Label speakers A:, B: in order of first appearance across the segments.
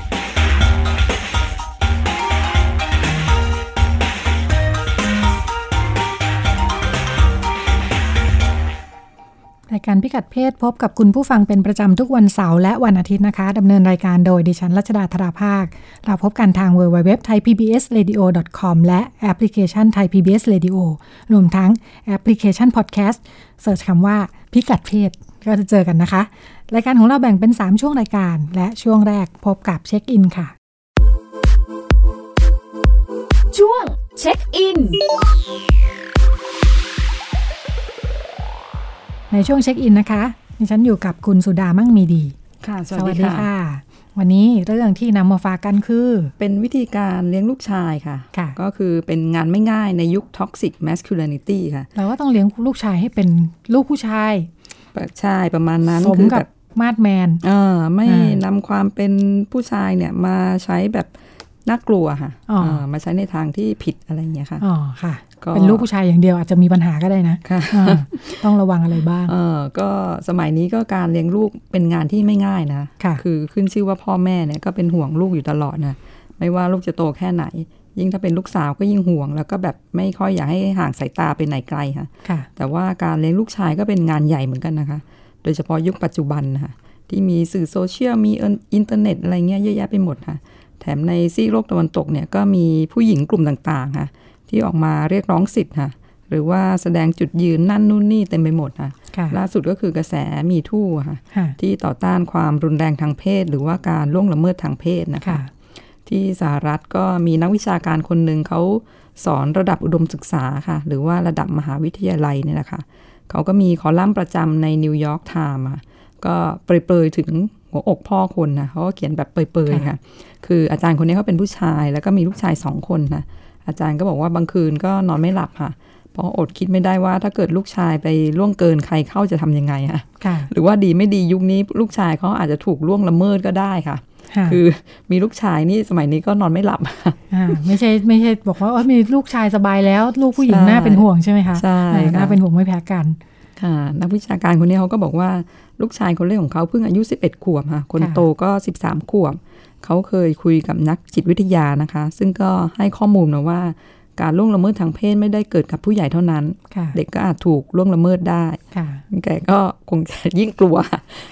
A: รายการพิกัดเพศพบกับคุณผู้ฟังเป็นประจำทุกวันเสาร์และวันอาทิตย์นะคะดำเนินรายการโดยดิฉันรัชดาธราภาค เราพบกันทาง www.thaipbsradio.com และแอปพลิเคชัน Thai PBS Radio รวมทั้งแอปพลิเคชัน Podcast เสิร์ชคำว่าพิกัดเพศก็จะเจอกันนะคะ รายการของเราแบ่งเป็น 3 ช่วงรายการ และช่วงแรกพบกับเช็คอินค่ะ
B: ช่วงเช็คอิน
A: ในช่วงเช็คอินนะคะดิฉันอยู่กับคุณสุดามั่งมีดี
C: ค่ะ สวัสดีค่ะ
A: วันนี้เรื่องที่นำมาฝากกันคือ
C: เป็นวิธีการเลี้ยงลูกชายค่ะ
A: ค่ะ
C: ก็คือเป็นงานไม่ง่ายในยุค toxic masculinity ค่ะ
A: เราก็ต้องเลี้ยงลูกชายให้เป็นลูกผู้ชาย
C: ใช่ประมาณนั้น
A: สม
C: คือ
A: กั
C: แบบ บ
A: มาดแมน
C: เออไม่
A: อ่าน
C: ำความเป็นผู้ชายเนี่ยมาใช้แบบน่ากลัวค่ะ
A: อ๋อ
C: เออมาใช้ในทางที่ผิดอะไรอย่างเงี้ยค่ะ
A: อ๋อค่ะ
C: ก็
A: เป็นลูกผู้ชายอย่างเดียวอาจจะมีปัญหาก็ได้นะ
C: ค่ะ
A: อ่าต้องระวังอะไรบ้าง
C: เออก็สมัยนี้ก็การเลี้ยงลูกเป็นงานที่ไม่ง่ายนะ
A: ค่ะ
C: อขึ้นชื่อว่าพ่อแม่เนี่ยก็เป็นห่วงลูกอยู่ตลอดนะไม่ว่าลูกจะโตแค่ไหน ยิ่งถ้าเป็นลูกสาวก็ยิ่งห่วง แล้วก็แบบไม่ค่อยอยากให้ห่างสายตาไปไหนไกลค่ะ
A: ค่ะ
C: แต่ว่าการเลี้ยงลูกชายก็เป็นงานใหญ่เหมือนกันนะคะ โดยเฉพาะยุคปัจจุบันนะคะที่มีสื่อโซเชียล มีอินเทอร์เน็ตอะไรเงี้ยเยอะแยะไปหมดค่ะ แถมในซีกโลกตะวันตกเนี่ยก็มีผู้หญิงกลุ่มต่างๆค่ะที่ออกมาเรียกร้องสิทธิ์ค่ะ หรือว่าแสดงจุดยืนนั่นนู่นนี่เต็มไปหมดค่ะ
A: ค่ะ
C: ล่าสุดก็คือกระแสมีทู่ค่ะ
A: ค่ะ
C: ที่ต่อต้านความรุนแรงทางเพศ หรือว่าการล่วงละเมิดทางเพศนะคะ
A: ค่ะ
C: ที่สหรัฐก็มีนักวิชาการคนหนึ่งเขาสอนระดับอุดมศึกษาค่ะ หรือว่าระดับมหาวิทยาลัยเนี่ยนะคะเขาก็มีคอลัมน์ประจำในนิวยอร์กไทม์อะก็เปรยๆถึงหัวอกพ่อคนนะเขาก็เขียนแบบเปรยๆ
A: ค่ะ
C: ค่ะ คืออาจารย์คนนี้เขาเป็นผู้ชาย แล้วก็มีลูกชายสองคนนะอาจารย์ก็บอกว่าบางคืนก็นอนไม่หลับค่ะ เพราะอดคิดไม่ได้ว่าถ้าเกิดลูกชายไปล่วงเกินใครเข้าจะทำยังไงอะ
A: ค่ะ
C: หรือว่าดีไม่ดียุคนี้ลูกชายเขาอาจจะถูกล่วงละเมิดก็ได้ค่ะ
A: ค่ะ
C: คือมีลูกชายนี่สมัยนี้ก็นอนไม่หลับ
A: าไม่ใช่ไม่ใช่บอกว่าเอ้ยมีลูกชายสบายแล้ว ลูกผู้หญิง
C: ใช่
A: น่าเป็นห่วงใช่ไหมคะ
C: ใช่
A: อ่า
C: ค่ะ
A: น่าเป็นห่วงไม่แพ้กัน
C: ค่ะนักวิชาการคนนี้เขาก็บอกว่าลูกชายคนเล็กของเขาเพิ่งอายุ 11 ขวบค่ะคน
A: ค่ะ
C: โตก็ 13 ขวบ เขาเคยคุยกับนักจิตวิทยานะคะ ซึ่งก็ให้ข้อมูลนะว่า การล่วงละเมิดทางเพศไม่ได้เกิดกับผู้ใหญ่เท่านั้น
A: ค่ะ
C: เด็กก็อาจถูกล่วงละเมิดได้
A: ค่ะ
C: แกก็คงจะยิ่งกลัว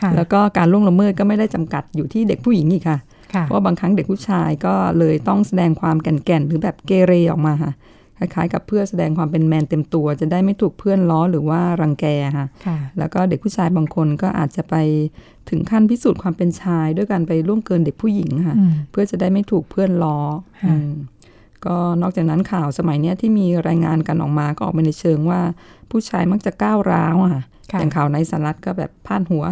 A: ค่ะ
C: แล้วก็การล่วงละเมิดก็ไม่ได้จำกัดอยู่ที่เด็กผู้หญิงอีกค่ะ
A: ค่ะ
C: เพราะบางครั้งเด็กผู้ชายก็เลยต้องแสดงความแก่นๆ หรือแบบเกเรออกมาค่ะคล้ายๆ กับเพื่อแสดงความเป็นแมนเต็มตัว จะได้ไม่ถูกเพื่อนล้อหรือว่ารังแกค่ะ
A: ค่ะ
C: แล้วก็เด็กผู้ชายบางคนก็อาจจะไปถึงขั้นพิสูจน์ความเป็นชาย ด้วยการไปล่วงเกินเด็กผู้หญิงค่ะ
A: อืม
C: เพื่อจะได้ไม่ถูกเพื่อนล้อ
A: ค่ะ
C: อืมก็นอกจากนั้นข่าวสมัยเนี้ยที่มีรายงานกันออกมาก็ออกมาในเชิงว่า ผู้ชายมักจะก้าวร้าวอะค่ะ
A: ค่ะ
C: อย่างข่าวในสหรัฐก็แบบพาดหัว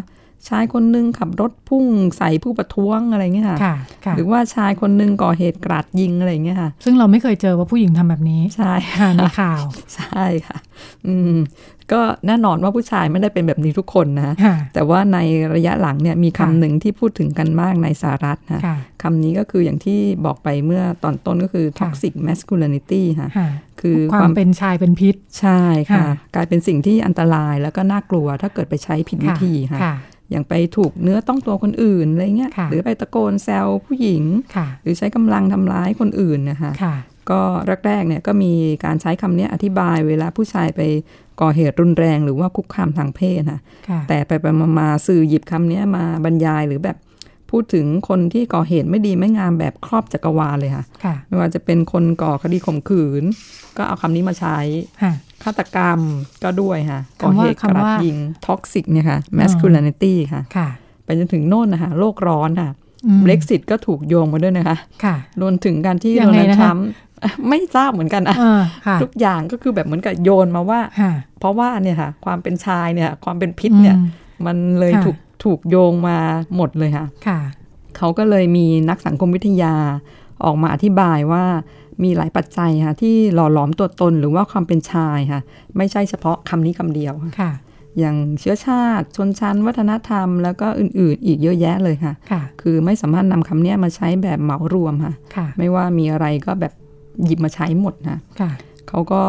C: ชายคนหนึงขับรถพุ่งใส่ผู้ประท้วงอะไรเงี้ยค่ะ
A: ค่ะค่ะ
C: หรือว่าชายคนหนึ่งก่อเหตุกราดยิงอะไรอย่างเงี้ยค่ะ
A: ซึ่งเราไม่เคยเจอว่าผู้หญิงทำแบบนี้
C: ใช่
A: ค่ะในข่าว
C: ใช่ค่ะ อืมก็แน่นอนว่าผู้ชายไม่ได้เป็นแบบนี้ทุกคนนะ
A: ค่ะ
C: แต่ว่าในระยะหลังเนี่ยมี
A: ค่ะ
C: คำหนึ่งที่พูดถึงกันมากในสหรัฐนะ
A: ค่ะ
C: คำนี้ก็คืออย่างที่บอกไปเมื่อตอนต้นก็คือ
A: ค่ะ
C: toxic masculinity ค่ะ
A: ค่ะ
C: คือ
A: ความเป็นชายเป็นพิษ
C: ใช่ค่ะ
A: ค่ะ
C: กลายเป็นสิ่งที่อันตรายแล้วก็น่ากลัวถ้าเกิดไปใช้ผิดวิธีค่ะ
A: ค่ะ
C: อย่างไปถูกเนื้อต้องตัวคนอื่นอะไรเงี้ย
A: ค่ะ
C: หรือไปตะโกนแซวผู้หญิง
A: ค่ะ
C: หรือใช้กำลังทำร้ายคนอื่นนะคะ
A: ค่ะ
C: ก็แรกๆเนี่ยก็มีการใช้คำเนี้ยอธิบายเวลาผู้ชายไปก่อเหตุรุนแรงหรือว่าคุกคามทางเพศนะ
A: ค่ะ
C: แต่ไปๆมาๆสื่อหยิบคำเนี้ยมาบรรยายหรือแบบพูดถึงคนที่ก่อเหตุไม่ดีไม่งามแบบครอบจักรวาลเลยค่ะ
A: ค่ะ
C: ไม่ว่าจะเป็นคนก่อคดีข่มขืน ก็เอาคำนี้มาใช้
A: ค่ะ
C: ฆาตกรรมก็ด้วยค่ะ
A: คำว่า
C: ก่อเหตุก
A: คำ
C: ราด
A: ว่า
C: ยิงท็อกซิกเนี่ยค่ะ masculinity ค่ะ
A: ค่ะ
C: ไปจนถึงโน่นนะคะโลกร้อนค่ะ
A: อืม
C: เบรกซิตก็ถูกโยงมาด้วยนะคะ
A: ค่ะ
C: รวมถึงการที่
A: ยั
C: โด
A: งไง
C: นัลด์
A: นะ
C: ท
A: คะ
C: รัมป์ ไม่ทราบเหมือนกันอะ
A: เออค่ะ
C: ทุกอย่างก็คือแบบเหมือนกับโยนมาว่า
A: ค่ะ
C: เพราะว่าเนี่ยค่ะ ความเป็นชายเนี่ยความเป็นพิษเนี่ย
A: อืม
C: มันเลย
A: ค่ะ
C: ถูกถูกโยงมาหมดเลยค่ะ
A: ค่ะ
C: เขาก็เลยมีนักสังคมวิทยาออกมาอธิบายว่ามีหลายปัจจัยค่ะที่หล่อหลอมตัวตนหรือว่าความเป็นชายค่ะ ไม่ใช่เฉพาะคำนี้คำเดียวค่ะ
A: ค่ะ
C: อย่างเชื้อชาติ ชนชั้น วัฒนธรรม แล้วก็อื่นๆ อีกเยอะแยะเลยค่ะ
A: ค่ะ
C: คือไม่สามารถนำคำเนี้ยมาใช้แบบเหมารวมค่ะ
A: ค่ะ
C: ไม่ว่ามีอะไรก็แบบหยิบมาใช้หมดนะ
A: ค่ะ
C: เขาก็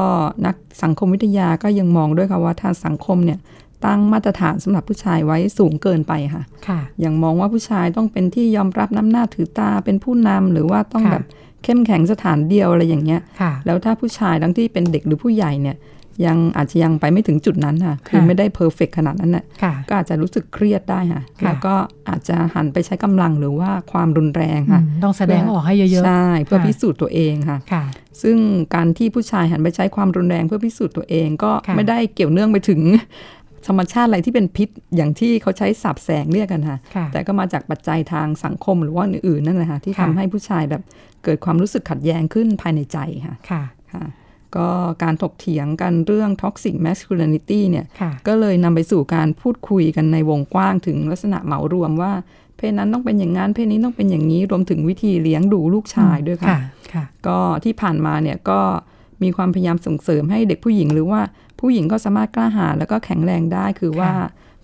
C: นักสังคมวิทยาก็ยังมองด้วยค่ะว่าทางสังคมเนี่ยตั้งมาตรฐานสำหรับผู้ชายไว้สูงเกินไปค่ะ
A: ค่ะ
C: อย่างมองว่าผู้ชายต้องเป็นที่ยอมรับน้ำหน้าถือตาเป็นผู้นำหรือว่าต้อง
A: ค่ะ
C: แบบเข้มแข็งสถานเดียวอะไรอย่างเงี้ย
A: ค่ะ
C: แล้วถ้าผู้ชายทั้งที่เป็นเด็กหรือผู้ใหญ่เนี่ย ยังอาจจะยังไปไม่ถึงจุดนั้นค่ะ คือ
A: ค่ะ
C: ไม่ได้เพอร์เฟกขนาดนั้นน่ะ
A: ค่ะ
C: ก็อาจจะรู้สึกเครียดได้ค่ะ
A: ค่ะ
C: แล้วก็อาจจะหันไปใช้กำลังหรือว่าความรุนแรงค่ะ
A: อืมต้องแสดงออกให้เยอะ
C: ใช่เพื่อ
A: ค่ะ
C: พิสูจน์ตัวเองค่ะ
A: ๆ ค่ะ
C: ซึ่งการที่ผู้ชายหันไปใช้ความรุนแรงเพื่อพิสูจน์ตัวเองก็
A: ค่ะ
C: ไม่ได้เกี่ยวเนื่องไปถึง ธรรมชาติอะไรที่เป็นพิษอย่างที่เขาใช้สับแสงเรียกกันค่ะ
A: ค่ะ
C: แต่ก็มาจากปัจจัยทางสังคมหรือว่าอื่นๆนั่นแหละค่ะที่
A: ค่ะ
C: ทำให้ผู้ชายแบบเกิดความรู้สึกขัดแย้งขึ้นภายในใจค่ะ
A: ค่ะ
C: ค่ะ ก็การถกเถียงกันเรื่อง toxic masculinity เนี่ย
A: ค่ะ
C: ก็เลยนำไปสู่การพูดคุยกันในวงกว้างถึงลักษณะเหมารวมว่า เพศนั้นต้องเป็นอย่างนั้นเพศนี้ต้องเป็นอย่างนี้รวมถึงวิธีเลี้ยงดูลูกชายด้วยค่ะ
A: ค่ะ ค่ะ
C: ก็ที่ผ่านมาเนี่ยก็มีความพยายามส่งเสริมให้เด็กผู้หญิง หรือว่าผู้หญิงก็สามารถกล้าหาญแล้วก็แข็งแรงได้ คือว่า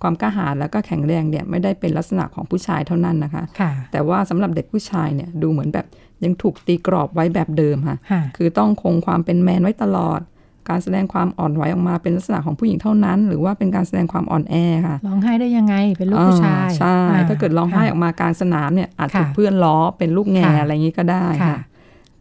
C: ความกล้าหาญแล้วก็แข็งแรงเนี่ยไม่ได้เป็นลักษณะของผู้ชายเท่านั้นนะคะ
A: ค่ะ
C: แต่ว่าสำหรับเด็กผู้ชายเนี่ยดูเหมือนแบบยังถูกตีกรอบไว้แบบเดิมค่ะ
A: ค่ะ
C: คือต้องคงความเป็นแมนไว้ตลอด การแสดงความอ่อนไหวออกมาเป็นลักษณะของผู้หญิงเท่านั้น หรือว่าเป็นการแสดงความอ่อนแอค่ะ
A: ร้องไห้ได้ยังไงเป็นลูกผู้ชาย
C: อ่ใช่
A: อ่
C: ถ้าเกิดร้องไห้ออกมากลางสนามเนี่ยอาจถูก
A: ค่ะ
C: เพื่อนล้อเป็นลูกแง่
A: ค่ะ
C: อะไรอย่างนี้ก็ได้
A: ค่ะ
C: ค่ะ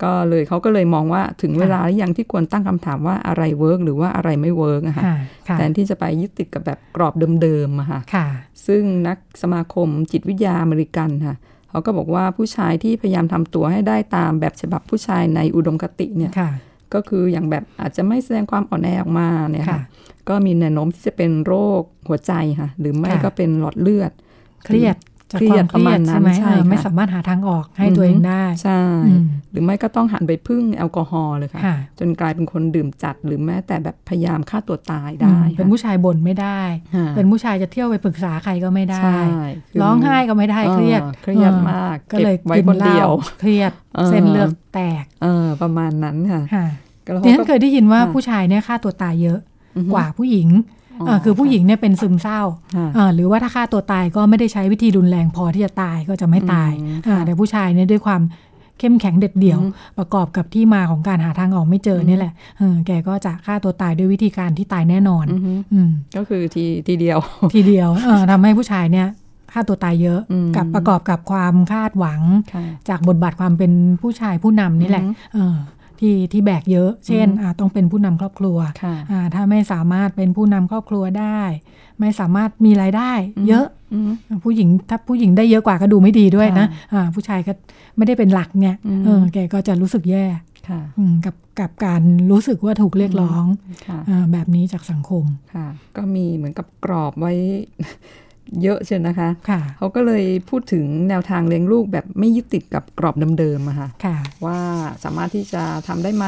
C: ก็เลยเขาก็เลยมองว่าถึง
A: ค่ะ
C: เวลาหรือยังที่ควรตั้งคำถามว่าอะไรเวิร์กหรือว่าอะไรไม่เวิร์กอะค่ะ
A: ค่ะค่ะ
C: แทนที่จะไปยึดติดกับแบบกรอบเดิมๆอะค่ะ
A: ค่ะ
C: ซึ่งนักสมาคมจิตวิทยาอเมริกันค่ะเขาก็บอกว่าผู้ชายที่พยายามทำตัวให้ได้ตามแบบฉบับผู้ชายในอุดมคติเนี่ย
A: ค่ะ
C: ก็คืออย่างแบบอาจจะไม่แสดงความอ่อนแอออกมาเนี่ย
A: ค่ะ
C: ค่ะก็มีแนวโน้มที่จะเป็นโรคหัวใจค่ะ หรือไม่
A: ค่ะ
C: ก็เป็นหลอดเลือด
A: เครียดจาก
C: เครียว
A: คา
C: ด
A: มเครียด
C: ประมาณนั้น
A: ใช่ไหม
C: ใช่
A: เออไม่
C: ค่ะ
A: สามารถหาทางออกให้ตัวเองได้
C: ใช่
A: อืม
C: หรือไม่ก็ต้องหันไปพึ่งแอลกอฮอล์เลยค่ะ
A: ค่ะ
C: จนกลายเป็นคนดื่มจัดหรือแม้แต่แบบพยายามฆ่าตัวตายได้
A: อืมเป็นผู้ชายบ่นไม่ได้
C: ค่ะ
A: เป็นผู้ชายจะเที่ยวไปปรึกษาใครก็ไม่ได้
C: ใช่คื
A: ร้องไห้ก็ไม่ได้
C: ออ
A: เครียด
C: เครียด
A: ออ
C: มาก
A: ก็เลย
C: บไว้
A: กิน
C: คน
A: เห
C: เดี
A: ล้า
C: ยว
A: เครียด
C: เออ
A: เส้นเลือดแตก
C: เออประมาณนั้นค่ะ
A: ค่ะ
C: ก็แล้ว
A: ดิฉัน
C: ก็
A: เคยได้ยินว่า
C: ค่ะ
A: ผู้ชายเนี่ยฆ่าตัวตายเยอะ
C: อือฮึ
A: กว่าผู้หญิงเอ่อคือผู้หญิงเนี่ยเป็นซึมเศร้า
C: ค่ะ
A: อ่าหรือว่าถ้าฆ่าตัวตายก็ไม่ได้ใช้วิธีรุนแรงพอที่จะตายก็จะไม่ตาย
C: อืม
A: อ่า
C: ค่ะ
A: แต่ผู้ชายเนี่ยด้วยความเข้มแข็งเด็ดเดี่ยว
C: อืม
A: ประกอบกับที่มาของการหาทางออกไม่เจออ
C: ม
A: เนี่ยแหละเออแกก็จะฆ่าตัวตายด้วยวิธีการที่ตายแน่นอน
C: อือฮึ
A: อืม
C: ก็คือทีทีเดียว
A: ทีเดียวเออทำให้ผู้ชายเนี่ยฆ่าตัวตายเยอะ
C: อืม
A: กับประกอบกับความคาดหวัง
C: ค่ะ
A: จากบทบาทความเป็นผู้ชายผู้นำนี่แหละ
C: อือฮึ
A: เออที่ที่แบกเยอะ เช่น
C: อือฮึ
A: อ่าต้องเป็นผู้นำครอบครัว
C: ค่ะ
A: อ่าถ้าไม่สามารถเป็นผู้นำครอบครัวได้ ไม่สามารถมีรายได้ เยอะ
C: อือฮึ
A: ผู้หญิงถ้าผู้หญิงได้เยอะกว่าก็ดูไม่ดีด้วยนะ
C: ค่ะ
A: อ่าผู้ชายก็ไม่ได้เป็นหลักไง
C: อืม
A: เออแกก็จะรู้สึกแย่
C: ค่ะ
A: อืมกับกับการรู้สึกว่าถูกเรียกร้อง
C: ค่ะ
A: อ่าแบบนี้จากสังคม
C: ค่ะก็มีเหมือนกับกรอบไว้ เยอะเชียวนะคะ
A: ค่ะ
C: เขาก็เลยพูดถึงแนวทางเลี้ยงลูกแบบไม่ยึดติดกับกรอบเดิมๆอะค่ะ
A: ค่ะ
C: ว่าสามารถที่จะทำได้ไหม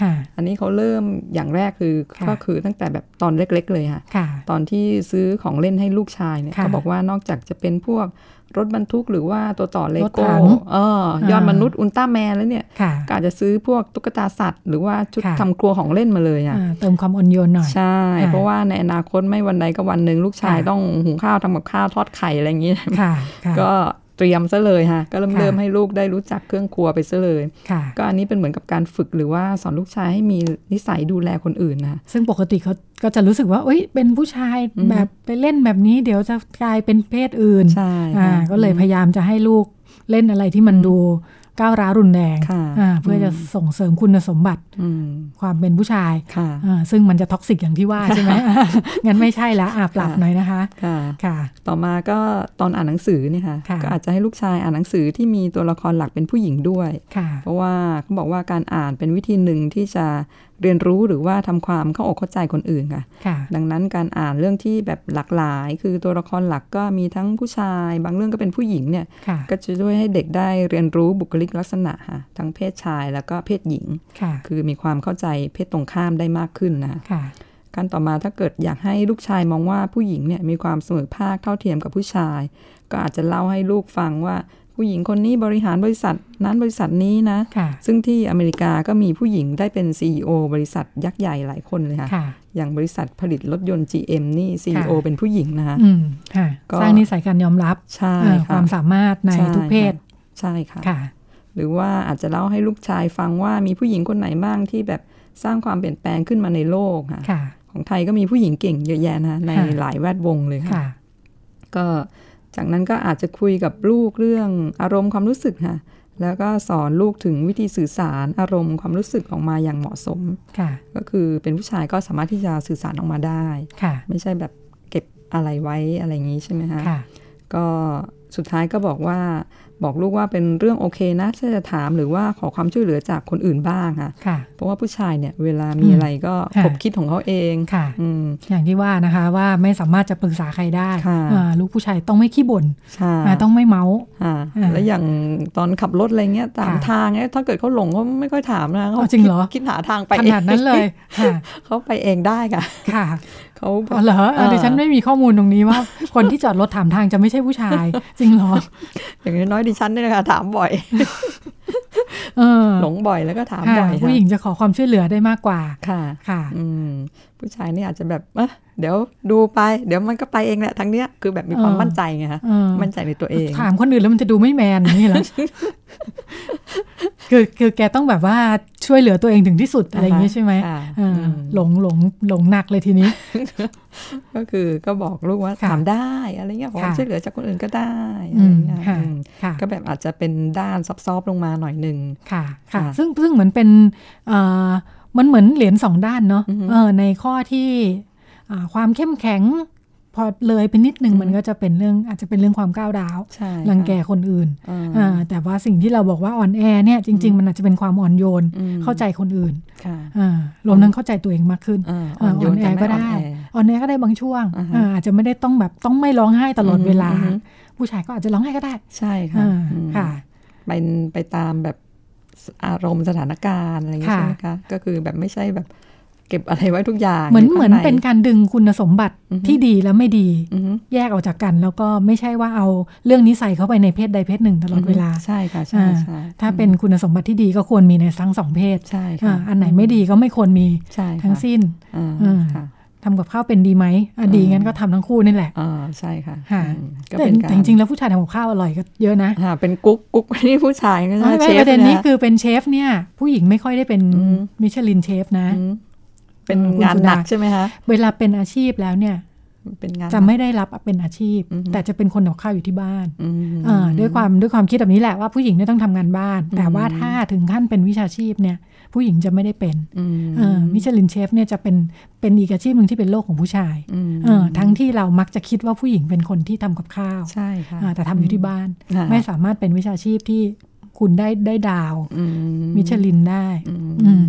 A: ค่ะ
C: อันนี้เขาเริ่มอย่างแรกคือ
A: ค่ะ
C: ก็คือตั้งแต่แบบตอนเล็กๆเลยค่ะ
A: ค่ะ
C: ตอนที่ซื้อของเล่นให้ลูกชายเนี่ย
A: ค่ะ
C: เขาบอกว่านอกจากจะเป็นพวกรถบรรทุกหรือว่าตัวต่อเล
A: รถถั
C: โก้
A: ง
C: เออ
A: าย
C: ยอดมนุษย์อุลตร้าแมนแล้วเนี่ย
A: ค่ะ
C: ก็อาจจะซื้อพวกตุ๊กตาสัตว์ หรือว่าชุด
A: ค่ะ
C: ทำครัวของเล่นมาเลยอะ
A: อ่าเติมความอ่อนโยนหน่อย
C: ใช่
A: ค่ะ
C: เพราะว่าในอนาคตไม่วันใดก็วันหนึ่งลูกชาย
A: ค่ะ
C: ต้องหุงข้าวทำกับข้าวทอดไข่อะไรอย่างนี้
A: ค่ะค่ะ
C: ก็เตรียมซะเลยฮะก็เริ่ม
A: ค่ะ
C: เริ่มให้ลูกได้รู้จักเครื่องครัวไปซะเลย
A: ค่ะ
C: ก็อันนี้เป็นเหมือนกับการฝึกหรือว่าสอนลูกชายให้มีนิสัยดูแลคนอื่นนะ
A: ซึ่งปกติเขาก็จะรู้สึกว่าเอ้ยเป็นผู้ชาย
C: อืม
A: แบบไปเล่นแบบนี้ เดี๋ยวจะกลายเป็นเพศอื่น
C: ใช่
A: อ่า
C: ค่ะ
A: ก็เลยพยายามจะให้ลูกเล่นอะไรที่มันดูก้าวร้าวรุนแรง
C: ค่ะ
A: อ่าเพื่ออ
C: ม
A: จะส่งเสริมคุณสมบัติ
C: อืม
A: ความเป็นผู้ชาย
C: ค่ะ
A: อ่าซึ่งมันจะท็อกซิกอย่างที่ว่าใช่ไหม งั้นไม่ใช่แล้วอ่าปรับหน่อยนะคะ
C: ค่ะ
A: ค่ะ
C: ต่อมาก็ตอนอ่านหนังสือเนี่ยค่ะ
A: ค่ะ
C: ก็อาจจะให้ลูกชายอ่านหนังสือที่มีตัวละครหลักเป็นผู้หญิงด้วย
A: ค่ะ
C: เพราะว่าเขาบอกว่าการอ่านเป็นวิธีหนึ่งที่จะเรียนรู้หรือว่าทำความเข้าอกเข้าใจคนอื่นค่ะ
A: ค่ะ
C: ดังนั้นการอ่านเรื่องที่แบบหลากหลาย คือตัวละครหลักก็มีทั้งผู้ชาย บางเรื่องก็เป็นผู้หญิงเนี่ย
A: ค่ะ
C: ก็จะช่วยให้เด็กได้เรียนรู้บุคลิกลักษณะค่ะทั้งเพศชายแล้วก็เพศหญิง
A: ค่ะ
C: คือมีความเข้าใจเพศตรงข้ามได้มากขึ้นนะ
A: ค่ะ
C: การต่อมาถ้าเกิดอยากให้ลูกชายมองว่าผู้หญิงเนี่ยมีความเสมอภาคเท่าเทียมกับผู้ชาย ก็อาจจะเล่าให้ลูกฟังว่าผู้หญิงคนนี้บริหารบริษัทนั้นบริษัทนี้นะ
A: ค่ะ
C: ซึ่งที่อเมริกาก็มีผู้หญิงได้เป็น CEO บริษัทยักษ์ใหญ่หลายคนเลยค่ะ
A: ค่ะ
C: อย่างบริษัทผลิตรถยนต์ GM นี่ CEO
A: ค่ะ
C: เป็นผู้หญิงนะคะ
A: อืมค่ะ
C: ก็
A: สร้างนิสัยการยอมรับ
C: ใช่
A: อ่าค
C: ค่ะ
A: วามสามารถใน
C: ช่ค่ะ
A: ทุกเพศ
C: ใช่ค่ะ
A: ค่ะ
C: หรือว่าอาจจะเล่าให้ลูกชายฟังว่ามีผู้หญิงคนไหนบ้างที่แบบ สร้างความเปลี่ยนแปลงขึ้นมาในโลกค่ะ
A: ค่ะ
C: ของไทยก็มีผู้หญิงเก่งเยอะแยะนะคะใน
A: ค่ะ
C: หลายแวดวงเลยค่ะ
A: ค่ะ
C: ก็จากนั้นก็อาจจะคุยกับลูกเรื่องอารมณ์ความรู้สึกค่ะ แล้วก็สอนลูกถึงวิธีสื่อสารอารมณ์ความรู้สึกออกมาอย่างเหมาะสม
A: ค่ะ
C: ก็คือเป็นผู้ชายก็สามารถที่จะสื่อสารออกมาได้
A: ค่ะ
C: ไม่ใช่แบบเก็บอะไรไว้อะไรอย่างนี้ใช่ไหมคะ
A: ค่ะ
C: ก็สุดท้ายก็บอกว่าบอกลูกว่าเป็นเรื่องโอเคนะที่จะถามหรือว่าขอความช่วยเหลือจากคนอื่นบ้างค่ะ
A: ค่ะ
C: เพราะว่าผู้ชายเนี่ยเวลามีอะไรก็
A: ค่ะ
C: ขบคิดของเขาเอง
A: ค่ะ
C: อืม
A: อย่างที่ว่านะคะว่าไม่สามารถจะปรึกษาใครได้
C: ค่ะ
A: อ่าลูกผู้ชายต้องไม่ขี้บ่น
C: ใช่
A: อ่าต้องไม่เมาส์
C: อ่า
A: อ่า
C: แล้วอย่างตอนขับรถอะไรเงี้ยตาม
A: ค่ะ
C: ทางเนี่ยถ้าเกิดเขาหลงเขาไม่ค่อยถามนะเขา
A: อ๋อจริงเหรอ
C: คิดคิดหาทางไป
A: ข
C: เอง
A: นาดนั้น เลยค่ะ
C: เขาไปเองได้ค่ะ
A: ค่ะ
C: เขาแบบ
A: อ๋อเหรอเออ
C: เออ
A: ดิฉันไม่มีข้อมูลตรงนี้ ว่า คนที่จอดรถถามทางจะไม่ใช่ผู้ชาย จริงเหรอ
C: อย่างน้อยๆดิฉันเนี่ยนะคะถามบ่อย
A: เออ
C: หลงบ่อยแล้วก็ถาม
A: ค่ะ
C: บ่อยค่ะ
A: ผู้หญิงจะขอความช่วยเหลือได้มากกว่า
C: ค่ะ
A: ค่ะ
C: อืมผู้ชายเนี่ยอาจจะแบบเอ๊ะเดี๋ยวดูไป เดี๋ยวมันก็ไปเองแหละทั้งเนี้ยคือแบบมีความ
A: เออ
C: มั่นใจไงคะ
A: เออ
C: มั่นใจในตัวเอง
A: ถามคนอื่นแล้วมันจะดูไม่แมนอย่างนี่เหรอ คือคือแกต้องแบบว่าช่วยเหลือตัวเองถึงที่สุดอะไรอย่างนี้ใช่ไหม
C: อ่าฮะ
A: เอออ
C: ม
A: หลงหลงหลงหนักเลยทีนี้
C: ก็คือก็บอกลูกว่า
A: ค่ะ
C: ถามได้อะไรเงี้ยขอความ
A: ค่ะ
C: ช่วยเหลือจากคนอื่นก็ได้อะไรเงี้ย
A: อืมค่ะ
C: อืม
A: ค่ะ
C: ก็แบบอาจจะเป็นด้านซับซ้อฟๆลงมาหน่อยหนึ่ง
A: ค่ะ ค่ะ
C: ค่ะ
A: ซึ่งซึ่งเหมือนเป็นเอ่อมันเหมือนเหรียญสองด้านเนาะ
C: อือฮึ
A: เออในข้อที่อ่าความเข้มแข็ง พอเลยไปนิดนึง
C: อือฮึ
A: มันก็จะเป็นเรื่องอาจจะเป็นเรื่องความก้าวร้าว
C: ใช่
A: รังแกคนอื่น
C: อ่า
A: อ่าแต่ว่าสิ่งที่เราบอกว่าอ่อนแอเนี่ยจริง ๆ มันอาจจะเป็นความอ่อนโยน
C: อืม
A: เข้าใจคนอื่น
C: ค่ะ
A: อ่ารวมทั้งเข้าใจตัวเองมากขึ้น
C: อ่า
A: อ่าอ่อนแอ
C: แต่ม่
A: ก็ได้อ่
C: อ่อนแอ
A: อนแอก็ได้บางช่วง
C: อ่าฮะ
A: อ่าอาจจะไม่ได้ต้องแบบต้องไม่ร้องไห้ตลอดเวลา
C: อือฮึอือฮึ
A: ผู้ชายก็อาจจะร้องไห้ก็ได้
C: ใช่ค่ะ
A: อ่า
C: อืม
A: ค่ะ
C: เป็นไปตามแบบอารมณ์สถานการณ์อะไรเงี้ย
A: ค่ะ
C: ใช่ไหมคะก็คือแบบไม่ใช่แบบเก็บอะไรไว้ทุกอย่าง
A: เหมือน
C: ยู่
A: เห
C: ข้าง
A: มือน
C: ใ
A: เป็นการดึงคุณสมบัติ
C: อือฮึ
A: ที่ดีและไม่ดี
C: อือฮึ
A: แยกออกจากกัน แล้วก็ไม่ใช่ว่าเอาเรื่องนี้ใส่เข้าไปในเพศใดเพศหนึ่งตลอดเวลา
C: ใช่ค่ะใช่
A: อ่า
C: ใช่
A: ถ้าเป็นคุณสมบัติที่ดีก็ควรมีในทั้งสองเพศ
C: ใช่
A: อ่า
C: ค่ะ
A: อันไหนไม่ดีก็ไม่ควรมี
C: ใช่ค่ะ
A: ทั้งสิ้น
C: อ่า
A: อืม
C: ค่ะ
A: ทำกับข้าวเป็นดีไหมอ่ะดี
C: อืม
A: งั้นก็ทำทั้งคู่นี่แหละ
C: อ่าใช่ค่ะ
A: ค่ะ
C: อืมก็
A: แต่
C: เป็นการ
A: แต่จริงๆแล้วผู้ชายทำกับข้าวอร่อยก็เยอะนะ
C: ค่ะเป็นกุ๊กกุ๊กนี่ผู้ชายก็ใช่
A: ไม่
C: เชฟ
A: ประเด็นนี้
C: ยะ
A: คือเป็นเชฟเนี่ย ผู้หญิงไม่ค่อยได้เป็น
C: อืม
A: มิชลินเชฟนะ
C: มเป็น
A: คุณ
C: งาน
A: สุ
C: ห
A: ดา
C: นักใช่ไหมคะ
A: เวลาเป็นอาชีพแล้วเนี่ย
C: เป็นงาน
A: จะ
C: หนัก
A: ไม่ได้รับเป็นอาชีพ
C: อือฮึ
A: แต่จะเป็นคนกับข้าวอยู่ที่บ้าน
C: อืม
A: อ่าด้วยความด้วยความคิดแบบนี้แหละว่าผู้หญิงเนี่ยต้องทำงานบ้าน
C: อืม
A: แต่ว่าถ้าถึงขั้นเป็นวิชาชีพเนี่ย ผู้หญิงจะไม่ได้เป็น
C: อืม
A: เอ่อมิชลินเชฟเนี่ยจะเป็นเป็นอีกอาชีพหนึ่งที่เป็นโลกของผู้ชาย
C: อืม
A: เอ่อทั้งที่เรามักจะคิดว่าผู้หญิงเป็นคนที่ทำกับข้าว
C: ใช่ค่ะ
A: อ่าแต่ทำอยู่ที่บ้าน
C: ค่ะ
A: ไม่สามารถเป็นวิชาชีพที่คุณได้ได้ดาว
C: อื
A: มิชลินได้
C: อืม
A: อืม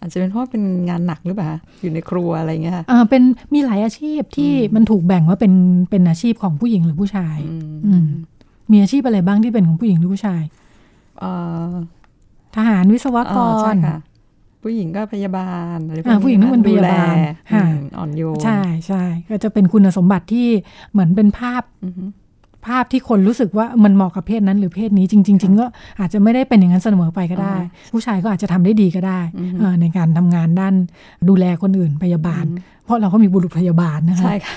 C: อาจจะเป็นเพราะเป็นงานหนักหรือเปล่าคะอยู่ในครัวอะไรเงี้ยค่ะ
A: อ่าเป็นมีหลายอาชีพที่มันถูกแบ่งว่าเป็นเป็นอาชีพของผู้หญิงหรือผู้ชาย
C: อืม
A: อืมมีอาชีพอะไรบ้างที่เป็นของผู้หญิงหรือผู้ชาย
C: เอ่อ
A: ทหารวิศวก
C: อ่าใช่
A: ร
C: ค่ะ ผู้หญิงก็พยาบาลอะไรพวก
A: อ่าผู้หญิงต้องเป็นพยาบาล
C: ดู
A: ค่ะ
C: แอืมอ่อนโยน
A: ใช่ใช่ก็จะเป็นคุณสมบัติที่เหมือนเป็นภาพ
C: อือฮึ
A: ภาพที่คนรู้สึกว่ามันเหมาะกับเพศนั้นหรือเพศนี้จริงๆจริงก็อาจจะไม่ได้เป็นอย่างนั้นเสมอไปก็ได้
C: อ่
A: ผู้ชายก็อาจจะทำได้ดีก็ได้
C: อือฮึ
A: เอ่อในการทำงานด้านดูแลคนอื่นพยาบาล เพราะเราก็มีบุรุษพยาบาลนะคะ
C: ใช่ค่ะ